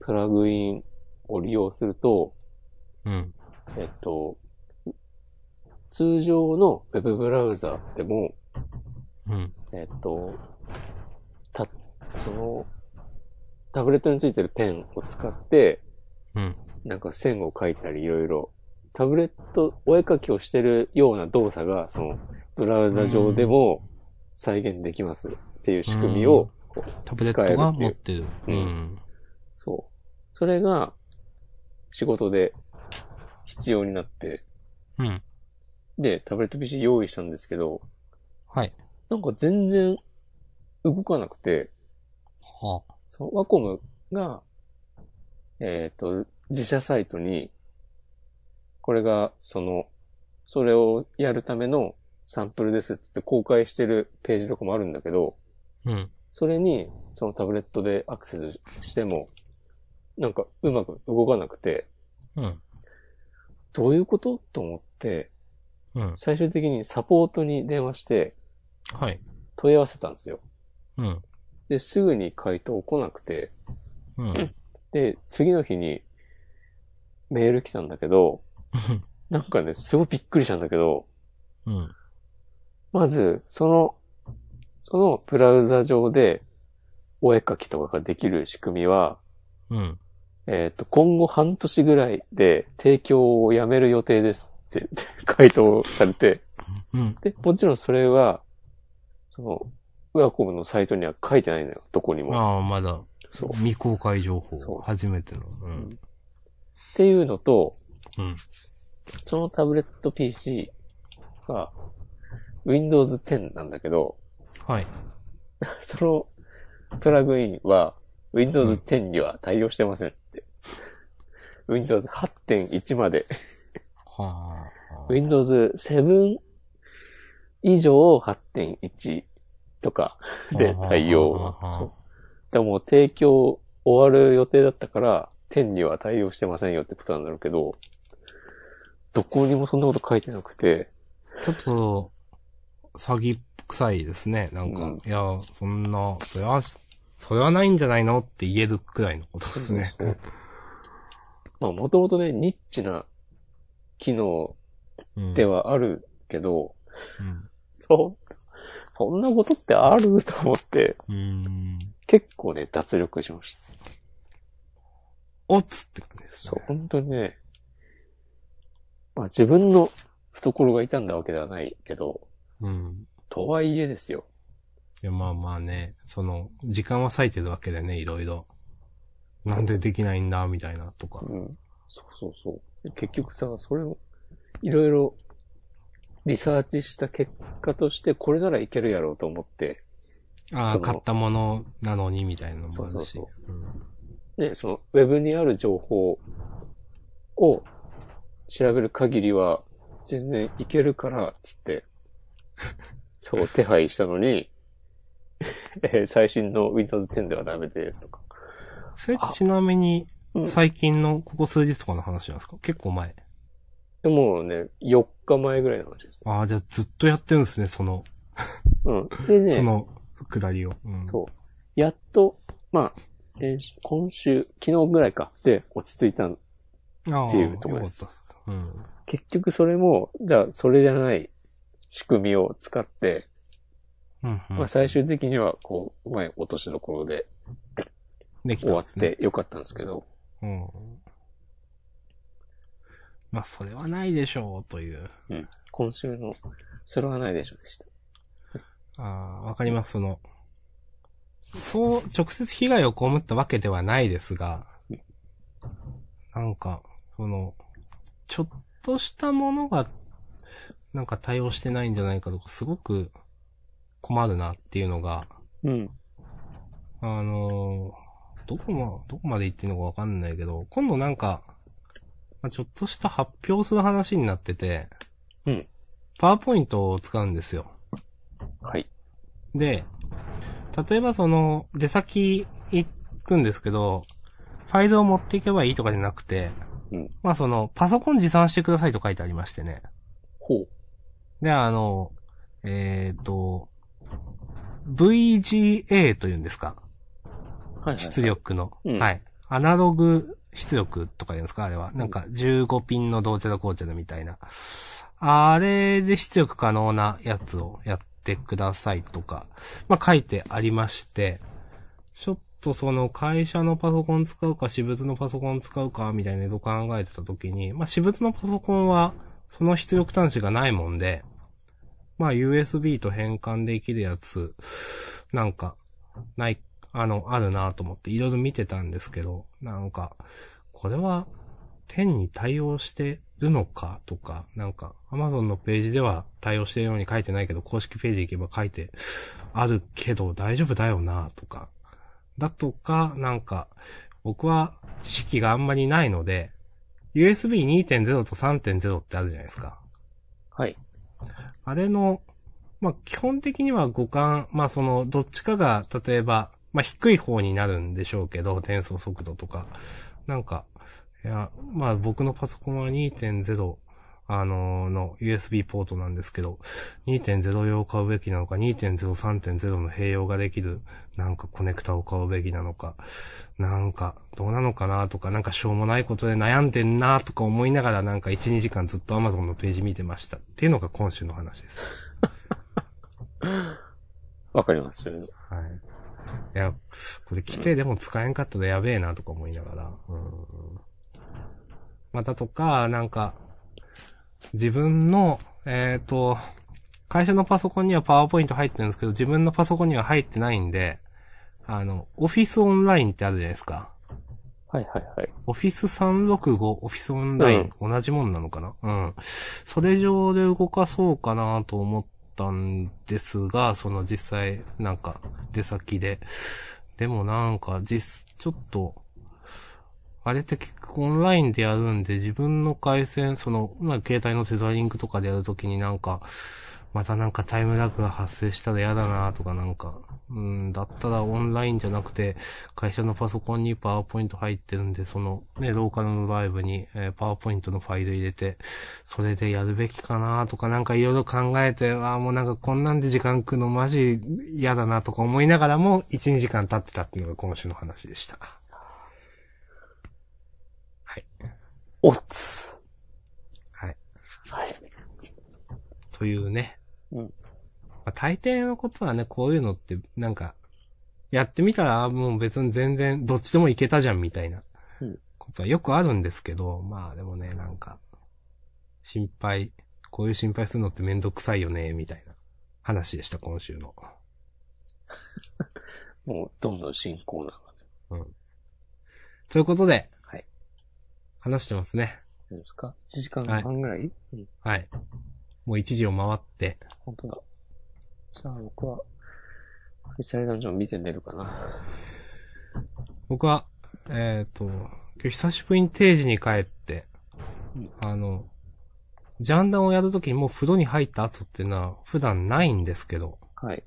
Speaker 2: プラグインを利用すると、
Speaker 1: うん。
Speaker 2: えっと、通常のウェブブラウザでも、
Speaker 1: うん。
Speaker 2: えっと、た、その、タブレットについてるペンを使って、
Speaker 1: うん。
Speaker 2: なんか線を描いたりいろいろ、タブレット、お絵描きをしてるような動作が、その、ブラウザ上でも再現できますっていう仕組みを、こう
Speaker 1: タブレットが持ってる。
Speaker 2: 使えるっていううん
Speaker 1: ん。
Speaker 2: そう。それが、仕事で必要になって、
Speaker 1: うん。
Speaker 2: で、タブレット PC 用意したんですけど、
Speaker 1: はい。
Speaker 2: なんか全然動かなくて、
Speaker 1: はあ。
Speaker 2: そのワコムが、えっ、と、自社サイトに、これが、その、それをやるためのサンプルですっつって公開してるページとかもあるんだけど、
Speaker 1: うん。
Speaker 2: それに、そのタブレットでアクセスしても、なんかうまく動かなくて、
Speaker 1: うん。
Speaker 2: どういうことと思って、
Speaker 1: うん。
Speaker 2: 最終的にサポートに電話して
Speaker 1: はい。
Speaker 2: 問い合わせたんですよ。
Speaker 1: うん。
Speaker 2: で、すぐに回答来なくて、
Speaker 1: うん。
Speaker 2: で、次の日にメール来たんだけど、なんかね、すごいびっくりしたんだけど、
Speaker 1: うん。
Speaker 2: まず、その、そのブラウザ上で、お絵描きとかができる仕組みは、
Speaker 1: うん。
Speaker 2: えっ、と、今後半年ぐらいで提供をやめる予定ですって 回答されて、
Speaker 1: うん。
Speaker 2: で、もちろんそれは、その、ウラコムのサイトには書いてないのよ、どこにも。
Speaker 1: ああ、まだ、
Speaker 2: そう。っ
Speaker 1: 未公開情報。
Speaker 2: そう
Speaker 1: 初めての。うん。
Speaker 2: ていうのと、
Speaker 1: うん。
Speaker 2: そのタブレット PC が Windows 10なんだけど、
Speaker 1: はい。
Speaker 2: そのプラグインは Windows 10には対応してませんって。Windows 8.1まで、
Speaker 1: はあ。
Speaker 2: Windows 7以上8.1とかで対応
Speaker 1: は。あはあはあ
Speaker 2: そうでもう提供終わる予定だったから、10には対応してませんよってことなんだろうけど、どこにもそんなこと書いてなくて、
Speaker 1: ちょっと、詐欺臭いですね。なんか、
Speaker 2: うん
Speaker 1: いや、そんな、それは、それはないんじゃないのって言えるくらいのことですね。
Speaker 2: まあもともとね、ニッチな機能
Speaker 1: うん
Speaker 2: ではあるけど、
Speaker 1: うん
Speaker 2: そう。そんなことってあると思って、
Speaker 1: うーん。
Speaker 2: 結構ね、脱力しました。
Speaker 1: おっつって感じです
Speaker 2: そう
Speaker 1: ね。、
Speaker 2: 本当にね。まあ自分の懐が痛んだわけではないけど、
Speaker 1: うん。
Speaker 2: とはいえですよ。
Speaker 1: いや、まあまあね、その、時間は割いてるわけでね、いろいろ。なんでできないんだ、みたいな、とか。
Speaker 2: うん。そうそうそう。結局さ、それを、いろいろ、リサーチした結果として、これならいけるやろうと思って、
Speaker 1: あ
Speaker 2: そ
Speaker 1: あ、
Speaker 2: の
Speaker 1: 買ったものなのに、みたいなのもあるし。
Speaker 2: そうそうそ
Speaker 1: うん
Speaker 2: ね、その、ウェブにある情報を調べる限りは、全然いけるから、つ って、そう、手配したのに、えー最新の Windows 10ではダメですとか。
Speaker 1: それ
Speaker 2: あ
Speaker 1: ちなみに、
Speaker 2: うん
Speaker 1: 最近の、ここ数日とかの話なんですか結構前。
Speaker 2: でもね、4日前ぐらいの話ですね。
Speaker 1: ああ、じゃあずっとやってるんですね、その、
Speaker 2: うん。でね、
Speaker 1: その、下りを。うん。
Speaker 2: そう。やっと、まあ、先週今週、昨日ぐらいか、で落ち着いたの。
Speaker 1: ああ
Speaker 2: っていうとこです
Speaker 1: よかったっすうん。
Speaker 2: 結局それも、じゃあそれじゃない仕組みを使って、
Speaker 1: うん、うん。
Speaker 2: まあ最終的にはこう、うまい落としどころで
Speaker 1: でき
Speaker 2: 終
Speaker 1: た
Speaker 2: わ
Speaker 1: ん
Speaker 2: っ
Speaker 1: ですね。
Speaker 2: てよかったんですけど、
Speaker 1: うん。まあ、それはないでしょう、という。
Speaker 2: 今週の、それはないでしょでした。
Speaker 1: ああ、わかります、その、そう、直接被害を被ったわけではないですが、なんか、その、ちょっとしたものが、なんか対応してないんじゃないかとか、すごく困るなっていうのが、
Speaker 2: うん。
Speaker 1: あのーどこま、どこまで言ってんのかわかんないけど、今度なんか、まあ、ちょっとした発表する話になってて、
Speaker 2: うん。
Speaker 1: パワーポイントを使うんですよ。
Speaker 2: はい。
Speaker 1: で、例えばその、出先行くんですけど、ファイルを持っていけばいいとかじゃなくて、
Speaker 2: うん
Speaker 1: まあその、パソコン持参してくださいと書いてありましてね。
Speaker 2: ほう。
Speaker 1: で、あの、えっ、と、VGA というんですか。
Speaker 2: はい、はい。
Speaker 1: 出。力の。
Speaker 2: うん
Speaker 1: はい。アナログ出力とか言うんですかあれは。なんか15ピンのどうちゃらこうちゃらみたいな。あれで出力可能なやつをやってくださいとか、まあ、書いてありまして、ちょっとその会社のパソコン使うか私物のパソコン使うかみたいなこと考えてた時に、まあ、私物のパソコンはその出力端子がないもんで、まあ USB と変換できるやつ、なんか、ない、あの、あるなと思っていろいろ見てたんですけど、なんか、これは、天に対応してるのかとか、なんか、Amazon のページでは対応してるように書いてないけど、公式ページ行けば書いてあるけど大丈夫だよなとか。だとか、なんか、僕は知識があんまりないので、USB2.0 と3.0ってあるじゃないですか。
Speaker 2: はい。
Speaker 1: あれの、まあ、基本的には互換、まあ、その、どっちかが、例えば、まあ、低い方になるんでしょうけど、転送速度とか。なんか、いや、まあ、僕のパソコンは2.0、あのの USB ポートなんですけど、2.0用を買うべきなのか、2.0、3.0の併用ができる、なんかコネクタを買うべきなのか、なんか、どうなのかなとか、なんかしょうもないことで悩んでんなとか思いながら、なんか1、2時間ずっと Amazon のページ見てました。っていうのが今週の話です。
Speaker 2: わかります。それ
Speaker 1: はい。いや、これ来てでも使えんかったらやべえなとか思いながら。うん。またとか、なんか、自分の、えっ、と、会社のパソコンにはパワーポイント入ってるんですけど、自分のパソコンには入ってないんで、あの、オフィスオンラインってあるじゃないですか。
Speaker 2: はいはいはい。
Speaker 1: オフィス365、オフィスオンライン、同じもんなのかなうん。それ上で動かそうかなと思ったんですが、その実際、なんか、出先で。でもなんか、実、ちょっと、あれって結構オンラインでやるんで、自分の回線、その、まあ、携帯のセザリングとかでやるときになんか、またなんかタイムラグが発生したら嫌だなとかなんか、うん、だったらオンラインじゃなくて、会社のパソコンにパワーポイント入ってるんで、そのね、ローカルのドライブに、えーパワーポイントのファイル入れて、それでやるべきかなとかなんかいろいろ考えて、ああ、もうなんかこんなんで時間食うのマジ嫌だなとか思いながらも、1、2時間経ってたっていうのが今週の話でした。
Speaker 2: おつ。
Speaker 1: はい。
Speaker 2: はい。
Speaker 1: というね。
Speaker 2: うん
Speaker 1: まあ、大抵のことはね、こういうのって、なんか、やってみたら、もう別に全然、どっちでもいけたじゃん、みたいな
Speaker 2: うん、
Speaker 1: ことはよくあるんですけど、まあでもね、なんか、心配、こういう心配するのってめんどくさいよね、みたいな話でした、今週の。
Speaker 2: もう、どんどん進行な
Speaker 1: ということで、
Speaker 2: はい。
Speaker 1: 話してますね。
Speaker 2: んですか ?1 時間半ぐらい、うん。
Speaker 1: はい。もう1時を回って、
Speaker 2: 本当だ。じゃあ僕は、ミサイルダンジョン見て寝るかな。
Speaker 1: 僕は、えっ、と、今日久しぶりに定時に帰って
Speaker 2: うん、
Speaker 1: あの、ジャンダンをやるときにもう風呂に入った後っていうのは普段ないんですけど、
Speaker 2: はい。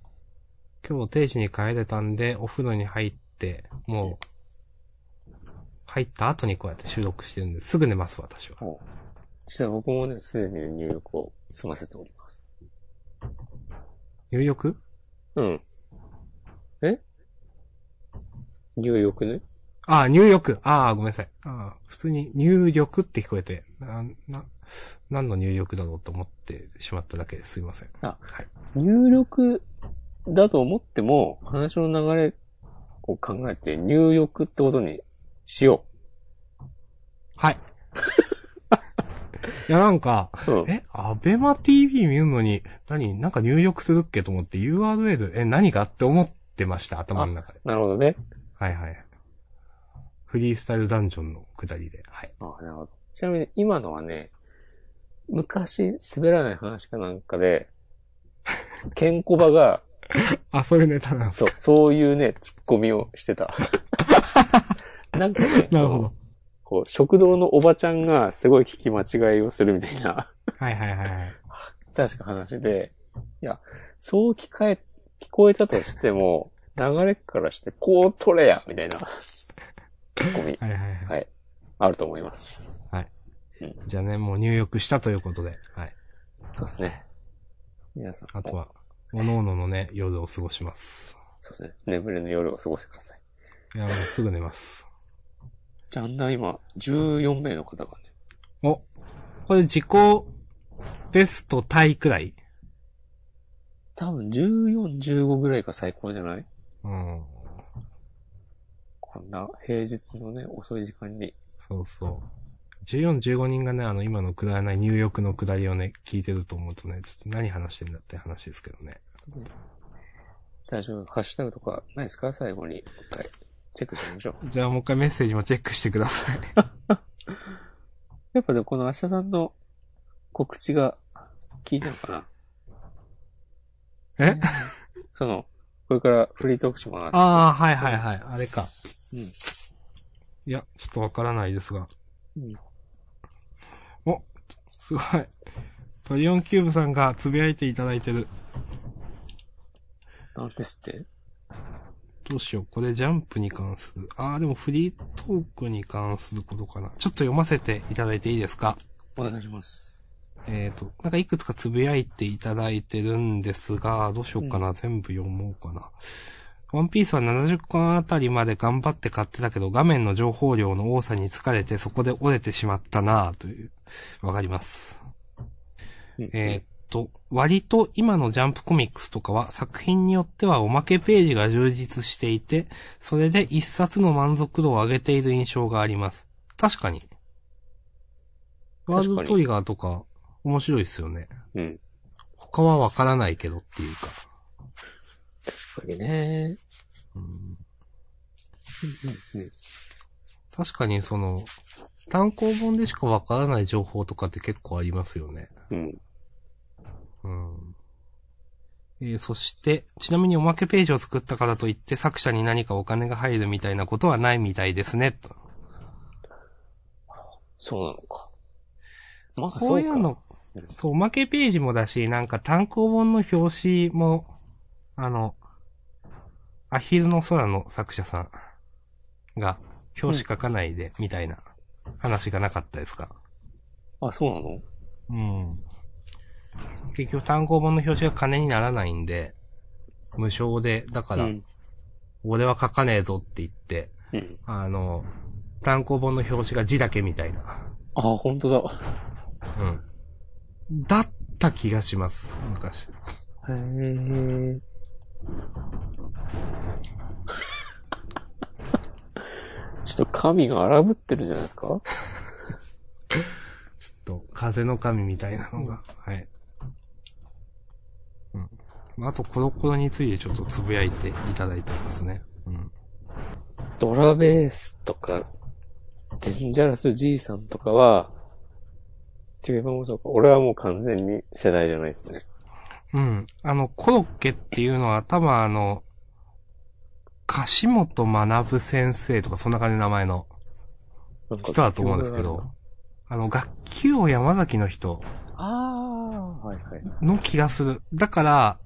Speaker 1: 今日定時に帰れたんで、お風呂に入って、もう、入った後にこうやって収録してるんです、すぐ寝ます、私は。
Speaker 2: 実は僕もね、すでに入力を済ませております。
Speaker 1: 入力
Speaker 2: うん。え入力ね
Speaker 1: ああ、入力。ああ、ごめんなさい。ああ、普通に入力って聞こえて、な、な、何の入力だろうと思ってしまっただけですいません。
Speaker 2: あ
Speaker 1: はい。
Speaker 2: 入力だと思っても、話の流れを考えて入力ってことにしよ
Speaker 1: はい。いや、なんか、
Speaker 2: う。うん。
Speaker 1: え、アベマ TV 見るのに、何、なんか入力するっけと思って URL、え、何がって思ってました、頭の中で。
Speaker 2: なるほどね。
Speaker 1: はいはい。フリースタイルダンジョンの下りで。はい。
Speaker 2: あなるほど。ちなみに今のはね、昔滑らない話かなんかで、ケンコバが、
Speaker 1: あ、そういうネタなんです。
Speaker 2: そう、そういうね、ツッコミをしてた。なんかね、
Speaker 1: なるほ
Speaker 2: その
Speaker 1: ど。
Speaker 2: こう、食堂のおばちゃんがすごい聞き間違いをするみたいな、
Speaker 1: はいはいはいはい。
Speaker 2: 確か話で、いや、そう聞かえ、聞こえたとしても、流れからして、こう取れやみたいな、ツッコミ、
Speaker 1: はいはいはい。
Speaker 2: はいあると思います。
Speaker 1: じゃあね、もう入力したということで。はい。
Speaker 2: そうですね。皆さん、
Speaker 1: あとは、おのののね、夜を過ごします。
Speaker 2: そうですね。眠れぬ夜を過ごしてください。
Speaker 1: いや、もうすぐ寝ます。
Speaker 2: じゃあ、あんな今、14名の方がね、
Speaker 1: お、これ自己ベストタイくらい
Speaker 2: 多分14、15ぐらいが最高じゃない
Speaker 1: うん。
Speaker 2: こんな平日のね、遅い時間に。
Speaker 1: そうそう。14、15人がね、あの、今のくだらない入力のくだりをね、聞いてると思うとね、ちょっと何話してんだって話ですけどね。
Speaker 2: 大丈夫ハッシュタグとかないですか最後に。一回、チェックしてみましょう。
Speaker 1: じゃあもう一回メッセージもチェックしてください。
Speaker 2: やっぱでもこの明日さんの告知が効いたのかな
Speaker 1: え
Speaker 2: その、これからフリートークします。
Speaker 1: ああ、はいはいはい。あれか。
Speaker 2: うん。
Speaker 1: いや、ちょっとわからないですが。
Speaker 2: うん
Speaker 1: すごい。トリオンキューブさんがつぶやいていただいてる。
Speaker 2: なんですって
Speaker 1: どうしよう。これジャンプに関する。ああ、でもフリートークに関することかな。ちょっと読ませていただいていいですか
Speaker 2: お願いします。
Speaker 1: えっ、と、なんかいくつかつぶやいていただいてるんですが、どうしようかな。全部読もうかな。ワンピースは70巻あたりまで頑張って買ってたけど、画面の情報量の多さに疲れてそこで折れてしまったなぁという、わかります。
Speaker 2: うん
Speaker 1: えーっと、割と今のジャンプコミックスとかは作品によってはおまけページが充実していて、それで一冊の満足度を上げている印象があります。確かに。
Speaker 2: 確か
Speaker 1: ワー
Speaker 2: に
Speaker 1: ルドトリガーとか面白いですよね。
Speaker 2: うん。
Speaker 1: 他はわからないけどっていうか。
Speaker 2: これね。
Speaker 1: うん
Speaker 2: うんうん
Speaker 1: 確かにその、単行本でしかわからない情報とかって結構ありますよね。
Speaker 2: うん。うん。
Speaker 1: うん。えーそして、ちなみにおまけページを作ったからといって作者に何かお金が入るみたいなことはないみたいですね、と。
Speaker 2: そうなのか。まあ、
Speaker 1: こういうの
Speaker 2: そうか、
Speaker 1: そう、おまけページもだし、なんか単行本の表紙も、あの、アヒルの空の作者さんが、表紙書かないで、みたいな話がなかったですか。
Speaker 2: あ、そうな
Speaker 1: う
Speaker 2: の
Speaker 1: ん。結局単行本の表紙が金にならないんで、無償で、だから、
Speaker 2: うん。
Speaker 1: 俺は書かねえぞって言って、
Speaker 2: うん。
Speaker 1: あの、単行本の表紙が字だけみたいな。
Speaker 2: あ、本当だ。
Speaker 1: うん。だった気がします、昔。
Speaker 2: へえ。 ちょっと神が荒ぶってるじゃないですか
Speaker 1: ちょっと、風の神みたいなのが。はい。うん。まああと、コロコロについてちょっとつぶやいていただいてますね。うん。
Speaker 2: ドラベースとか、デンジャラス G さんとかは、違いますか俺はもう完全に世代じゃないですね。
Speaker 1: うん。あの、コロッケっていうのは、多分あの、樫本学先生とか、そんな感じの名前の
Speaker 2: なんか
Speaker 1: 人だと思うんですけど、。あの、学級を山崎の人
Speaker 2: ああ、はいはい。
Speaker 1: の気がする。だから、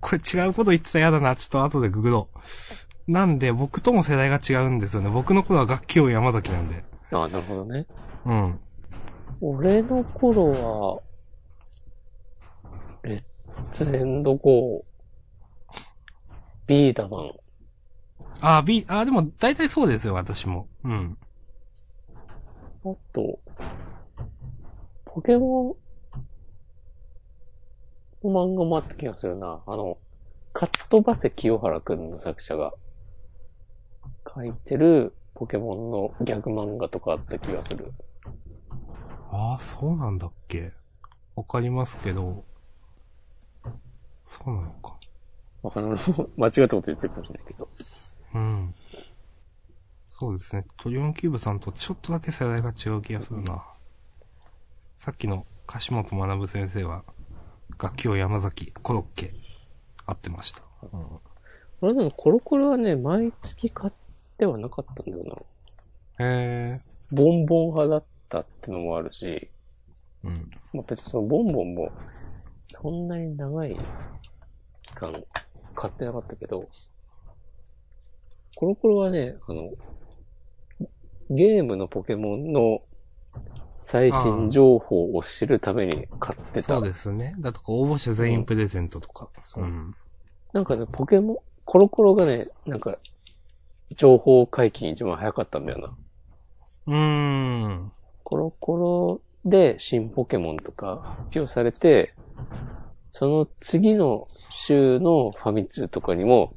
Speaker 1: これ違うこと言ってたら嫌だな。ちょっと後でググろう。なんで、僕とも世代が違うんですよね。僕の頃は楽器を山崎なんで。
Speaker 2: ああ、なるほどね。
Speaker 1: うん。
Speaker 2: 俺の頃は、レッツエンドゴー、ビーダマン、
Speaker 1: あ、B、あ、でも大体そうですよ、私も。うん。
Speaker 2: あと、ポケモンの漫画もあった気がするな。あの、カットバセ清原くんの作者が書いてるポケモンのギャグ漫画とかあった気がする。
Speaker 1: ああ、そうなんだっけ。わかりますけど。そうなのか。
Speaker 2: わかんない。 間違ったこと言ってるかもしれないけど。
Speaker 1: うん。そうですね。トリオンキューブさんとちょっとだけ世代が違う気がするな。さっきの樫本学先生は、楽器を山崎、コロッケ、合ってました。
Speaker 2: 俺でもコロコロはね、毎月買ってはなかったんだよな。
Speaker 1: へえ。
Speaker 2: ボンボン派だったってのもあるし、
Speaker 1: うん。
Speaker 2: まあ、別にそのボンボンも、そんなに長い期間買ってなかったけど、コロコロはね、あの、ゲームのポケモンの最新情報を知るために買ってた
Speaker 1: そう。ですね。だとか応募者全員プレゼントとか。
Speaker 2: うん
Speaker 1: ん。
Speaker 2: なんかね、ポケモン、コロコロがね、なんか、情報解禁一番早かったんだよな。
Speaker 1: うーん。
Speaker 2: コロコロで新ポケモンとか発表されて、その次の週のファミ通とかにも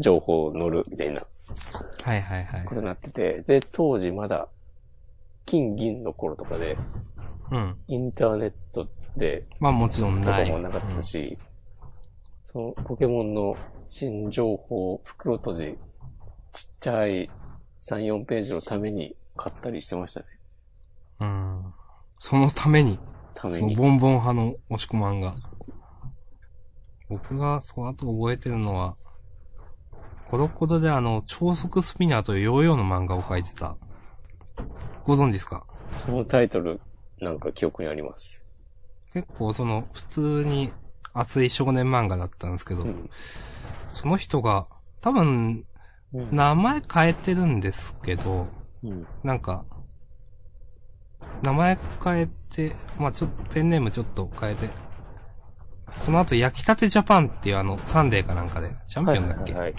Speaker 2: 情報載るみたいなこ
Speaker 1: はいはいはい。
Speaker 2: とになってて、で、当時まだ金銀の頃とかで
Speaker 1: うん。
Speaker 2: インターネットで
Speaker 1: まあもちろん
Speaker 2: と
Speaker 1: な
Speaker 2: か
Speaker 1: い。
Speaker 2: もなかったし、そのポケモンの新情報袋閉じ、ちっちゃい3、4ページのために買ったりしてましたね。
Speaker 1: うん。うんそのために。
Speaker 2: ため
Speaker 1: その
Speaker 2: に。
Speaker 1: ボンボン派の押し込まんが。僕が、そう、あと覚えてるのは、コロコロであの、超速スピナーというヨーヨーの漫画を描いてた。ご存知ですか
Speaker 2: そのタイトル、なんか記憶にあります。
Speaker 1: 結構その、普通に熱い少年漫画だったんですけど、
Speaker 2: うん。
Speaker 1: その人が、多分、
Speaker 2: うん。
Speaker 1: 名前変えてるんですけど、
Speaker 2: うん。
Speaker 1: なんか、名前変えて、まあちょっと、ペンネームちょっと変えて、その後、焼きたてジャパンっていうあの、サンデーかなんかで、チャンピオンだっけ、
Speaker 2: はいはい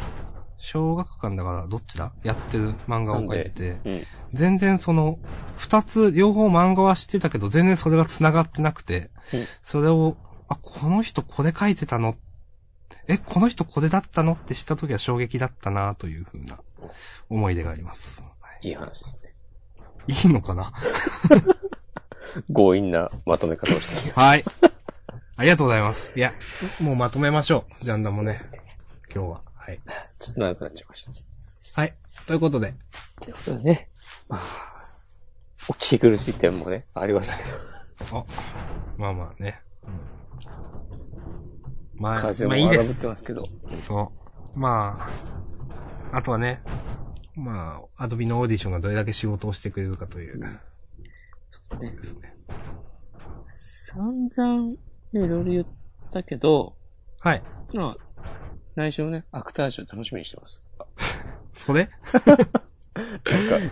Speaker 1: 小学館だから、どっちだやってる漫画を描いてて、
Speaker 2: はい。うん。
Speaker 1: 全然その、二つ、両方漫画は知ってたけど、全然それが繋がってなくて、
Speaker 2: うん
Speaker 1: それを、あ、この人これ書いてたのえ、この人これだったのって知った時は衝撃だったなというふうな思い出があります。はい
Speaker 2: いい話ですね。
Speaker 1: いいのかな
Speaker 2: 強引なまとめ方をしている。
Speaker 1: はい。ありがとうございます。いや、もうまとめましょう。ジャンダンもね。今日は。はい。
Speaker 2: ちょっと長くなっちゃいました。
Speaker 1: はい。ということで。
Speaker 2: ということでね、まあ、お聞き苦しい点もね、ありましたけど、
Speaker 1: あ、まあまあね。うん、まあ、
Speaker 2: 風
Speaker 1: ま
Speaker 2: も
Speaker 1: あいいで
Speaker 2: 荒ぶって
Speaker 1: す。
Speaker 2: ますけど、
Speaker 1: そう。まあ、あとはね、まあ、アドビのオーディションがどれだけ仕事をしてくれるかという。
Speaker 2: うね
Speaker 1: ですね。
Speaker 2: 散々ね、いろいろ言ったけど、
Speaker 1: はい。
Speaker 2: まあ、来週ね、アクタージュ楽しみにしてます。
Speaker 1: それ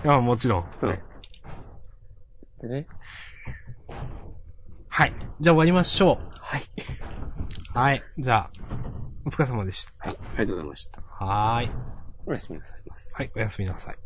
Speaker 1: い や、もちろん。
Speaker 2: うん
Speaker 1: はい。
Speaker 2: でね、
Speaker 1: はい。じゃあ終わりましょ
Speaker 2: はい。
Speaker 1: う。はい。じゃあ、お疲れ様でした。
Speaker 2: はい、ありがとうございました。
Speaker 1: はーい。
Speaker 2: おやすみなさいます。
Speaker 1: はい、おやすみなさい。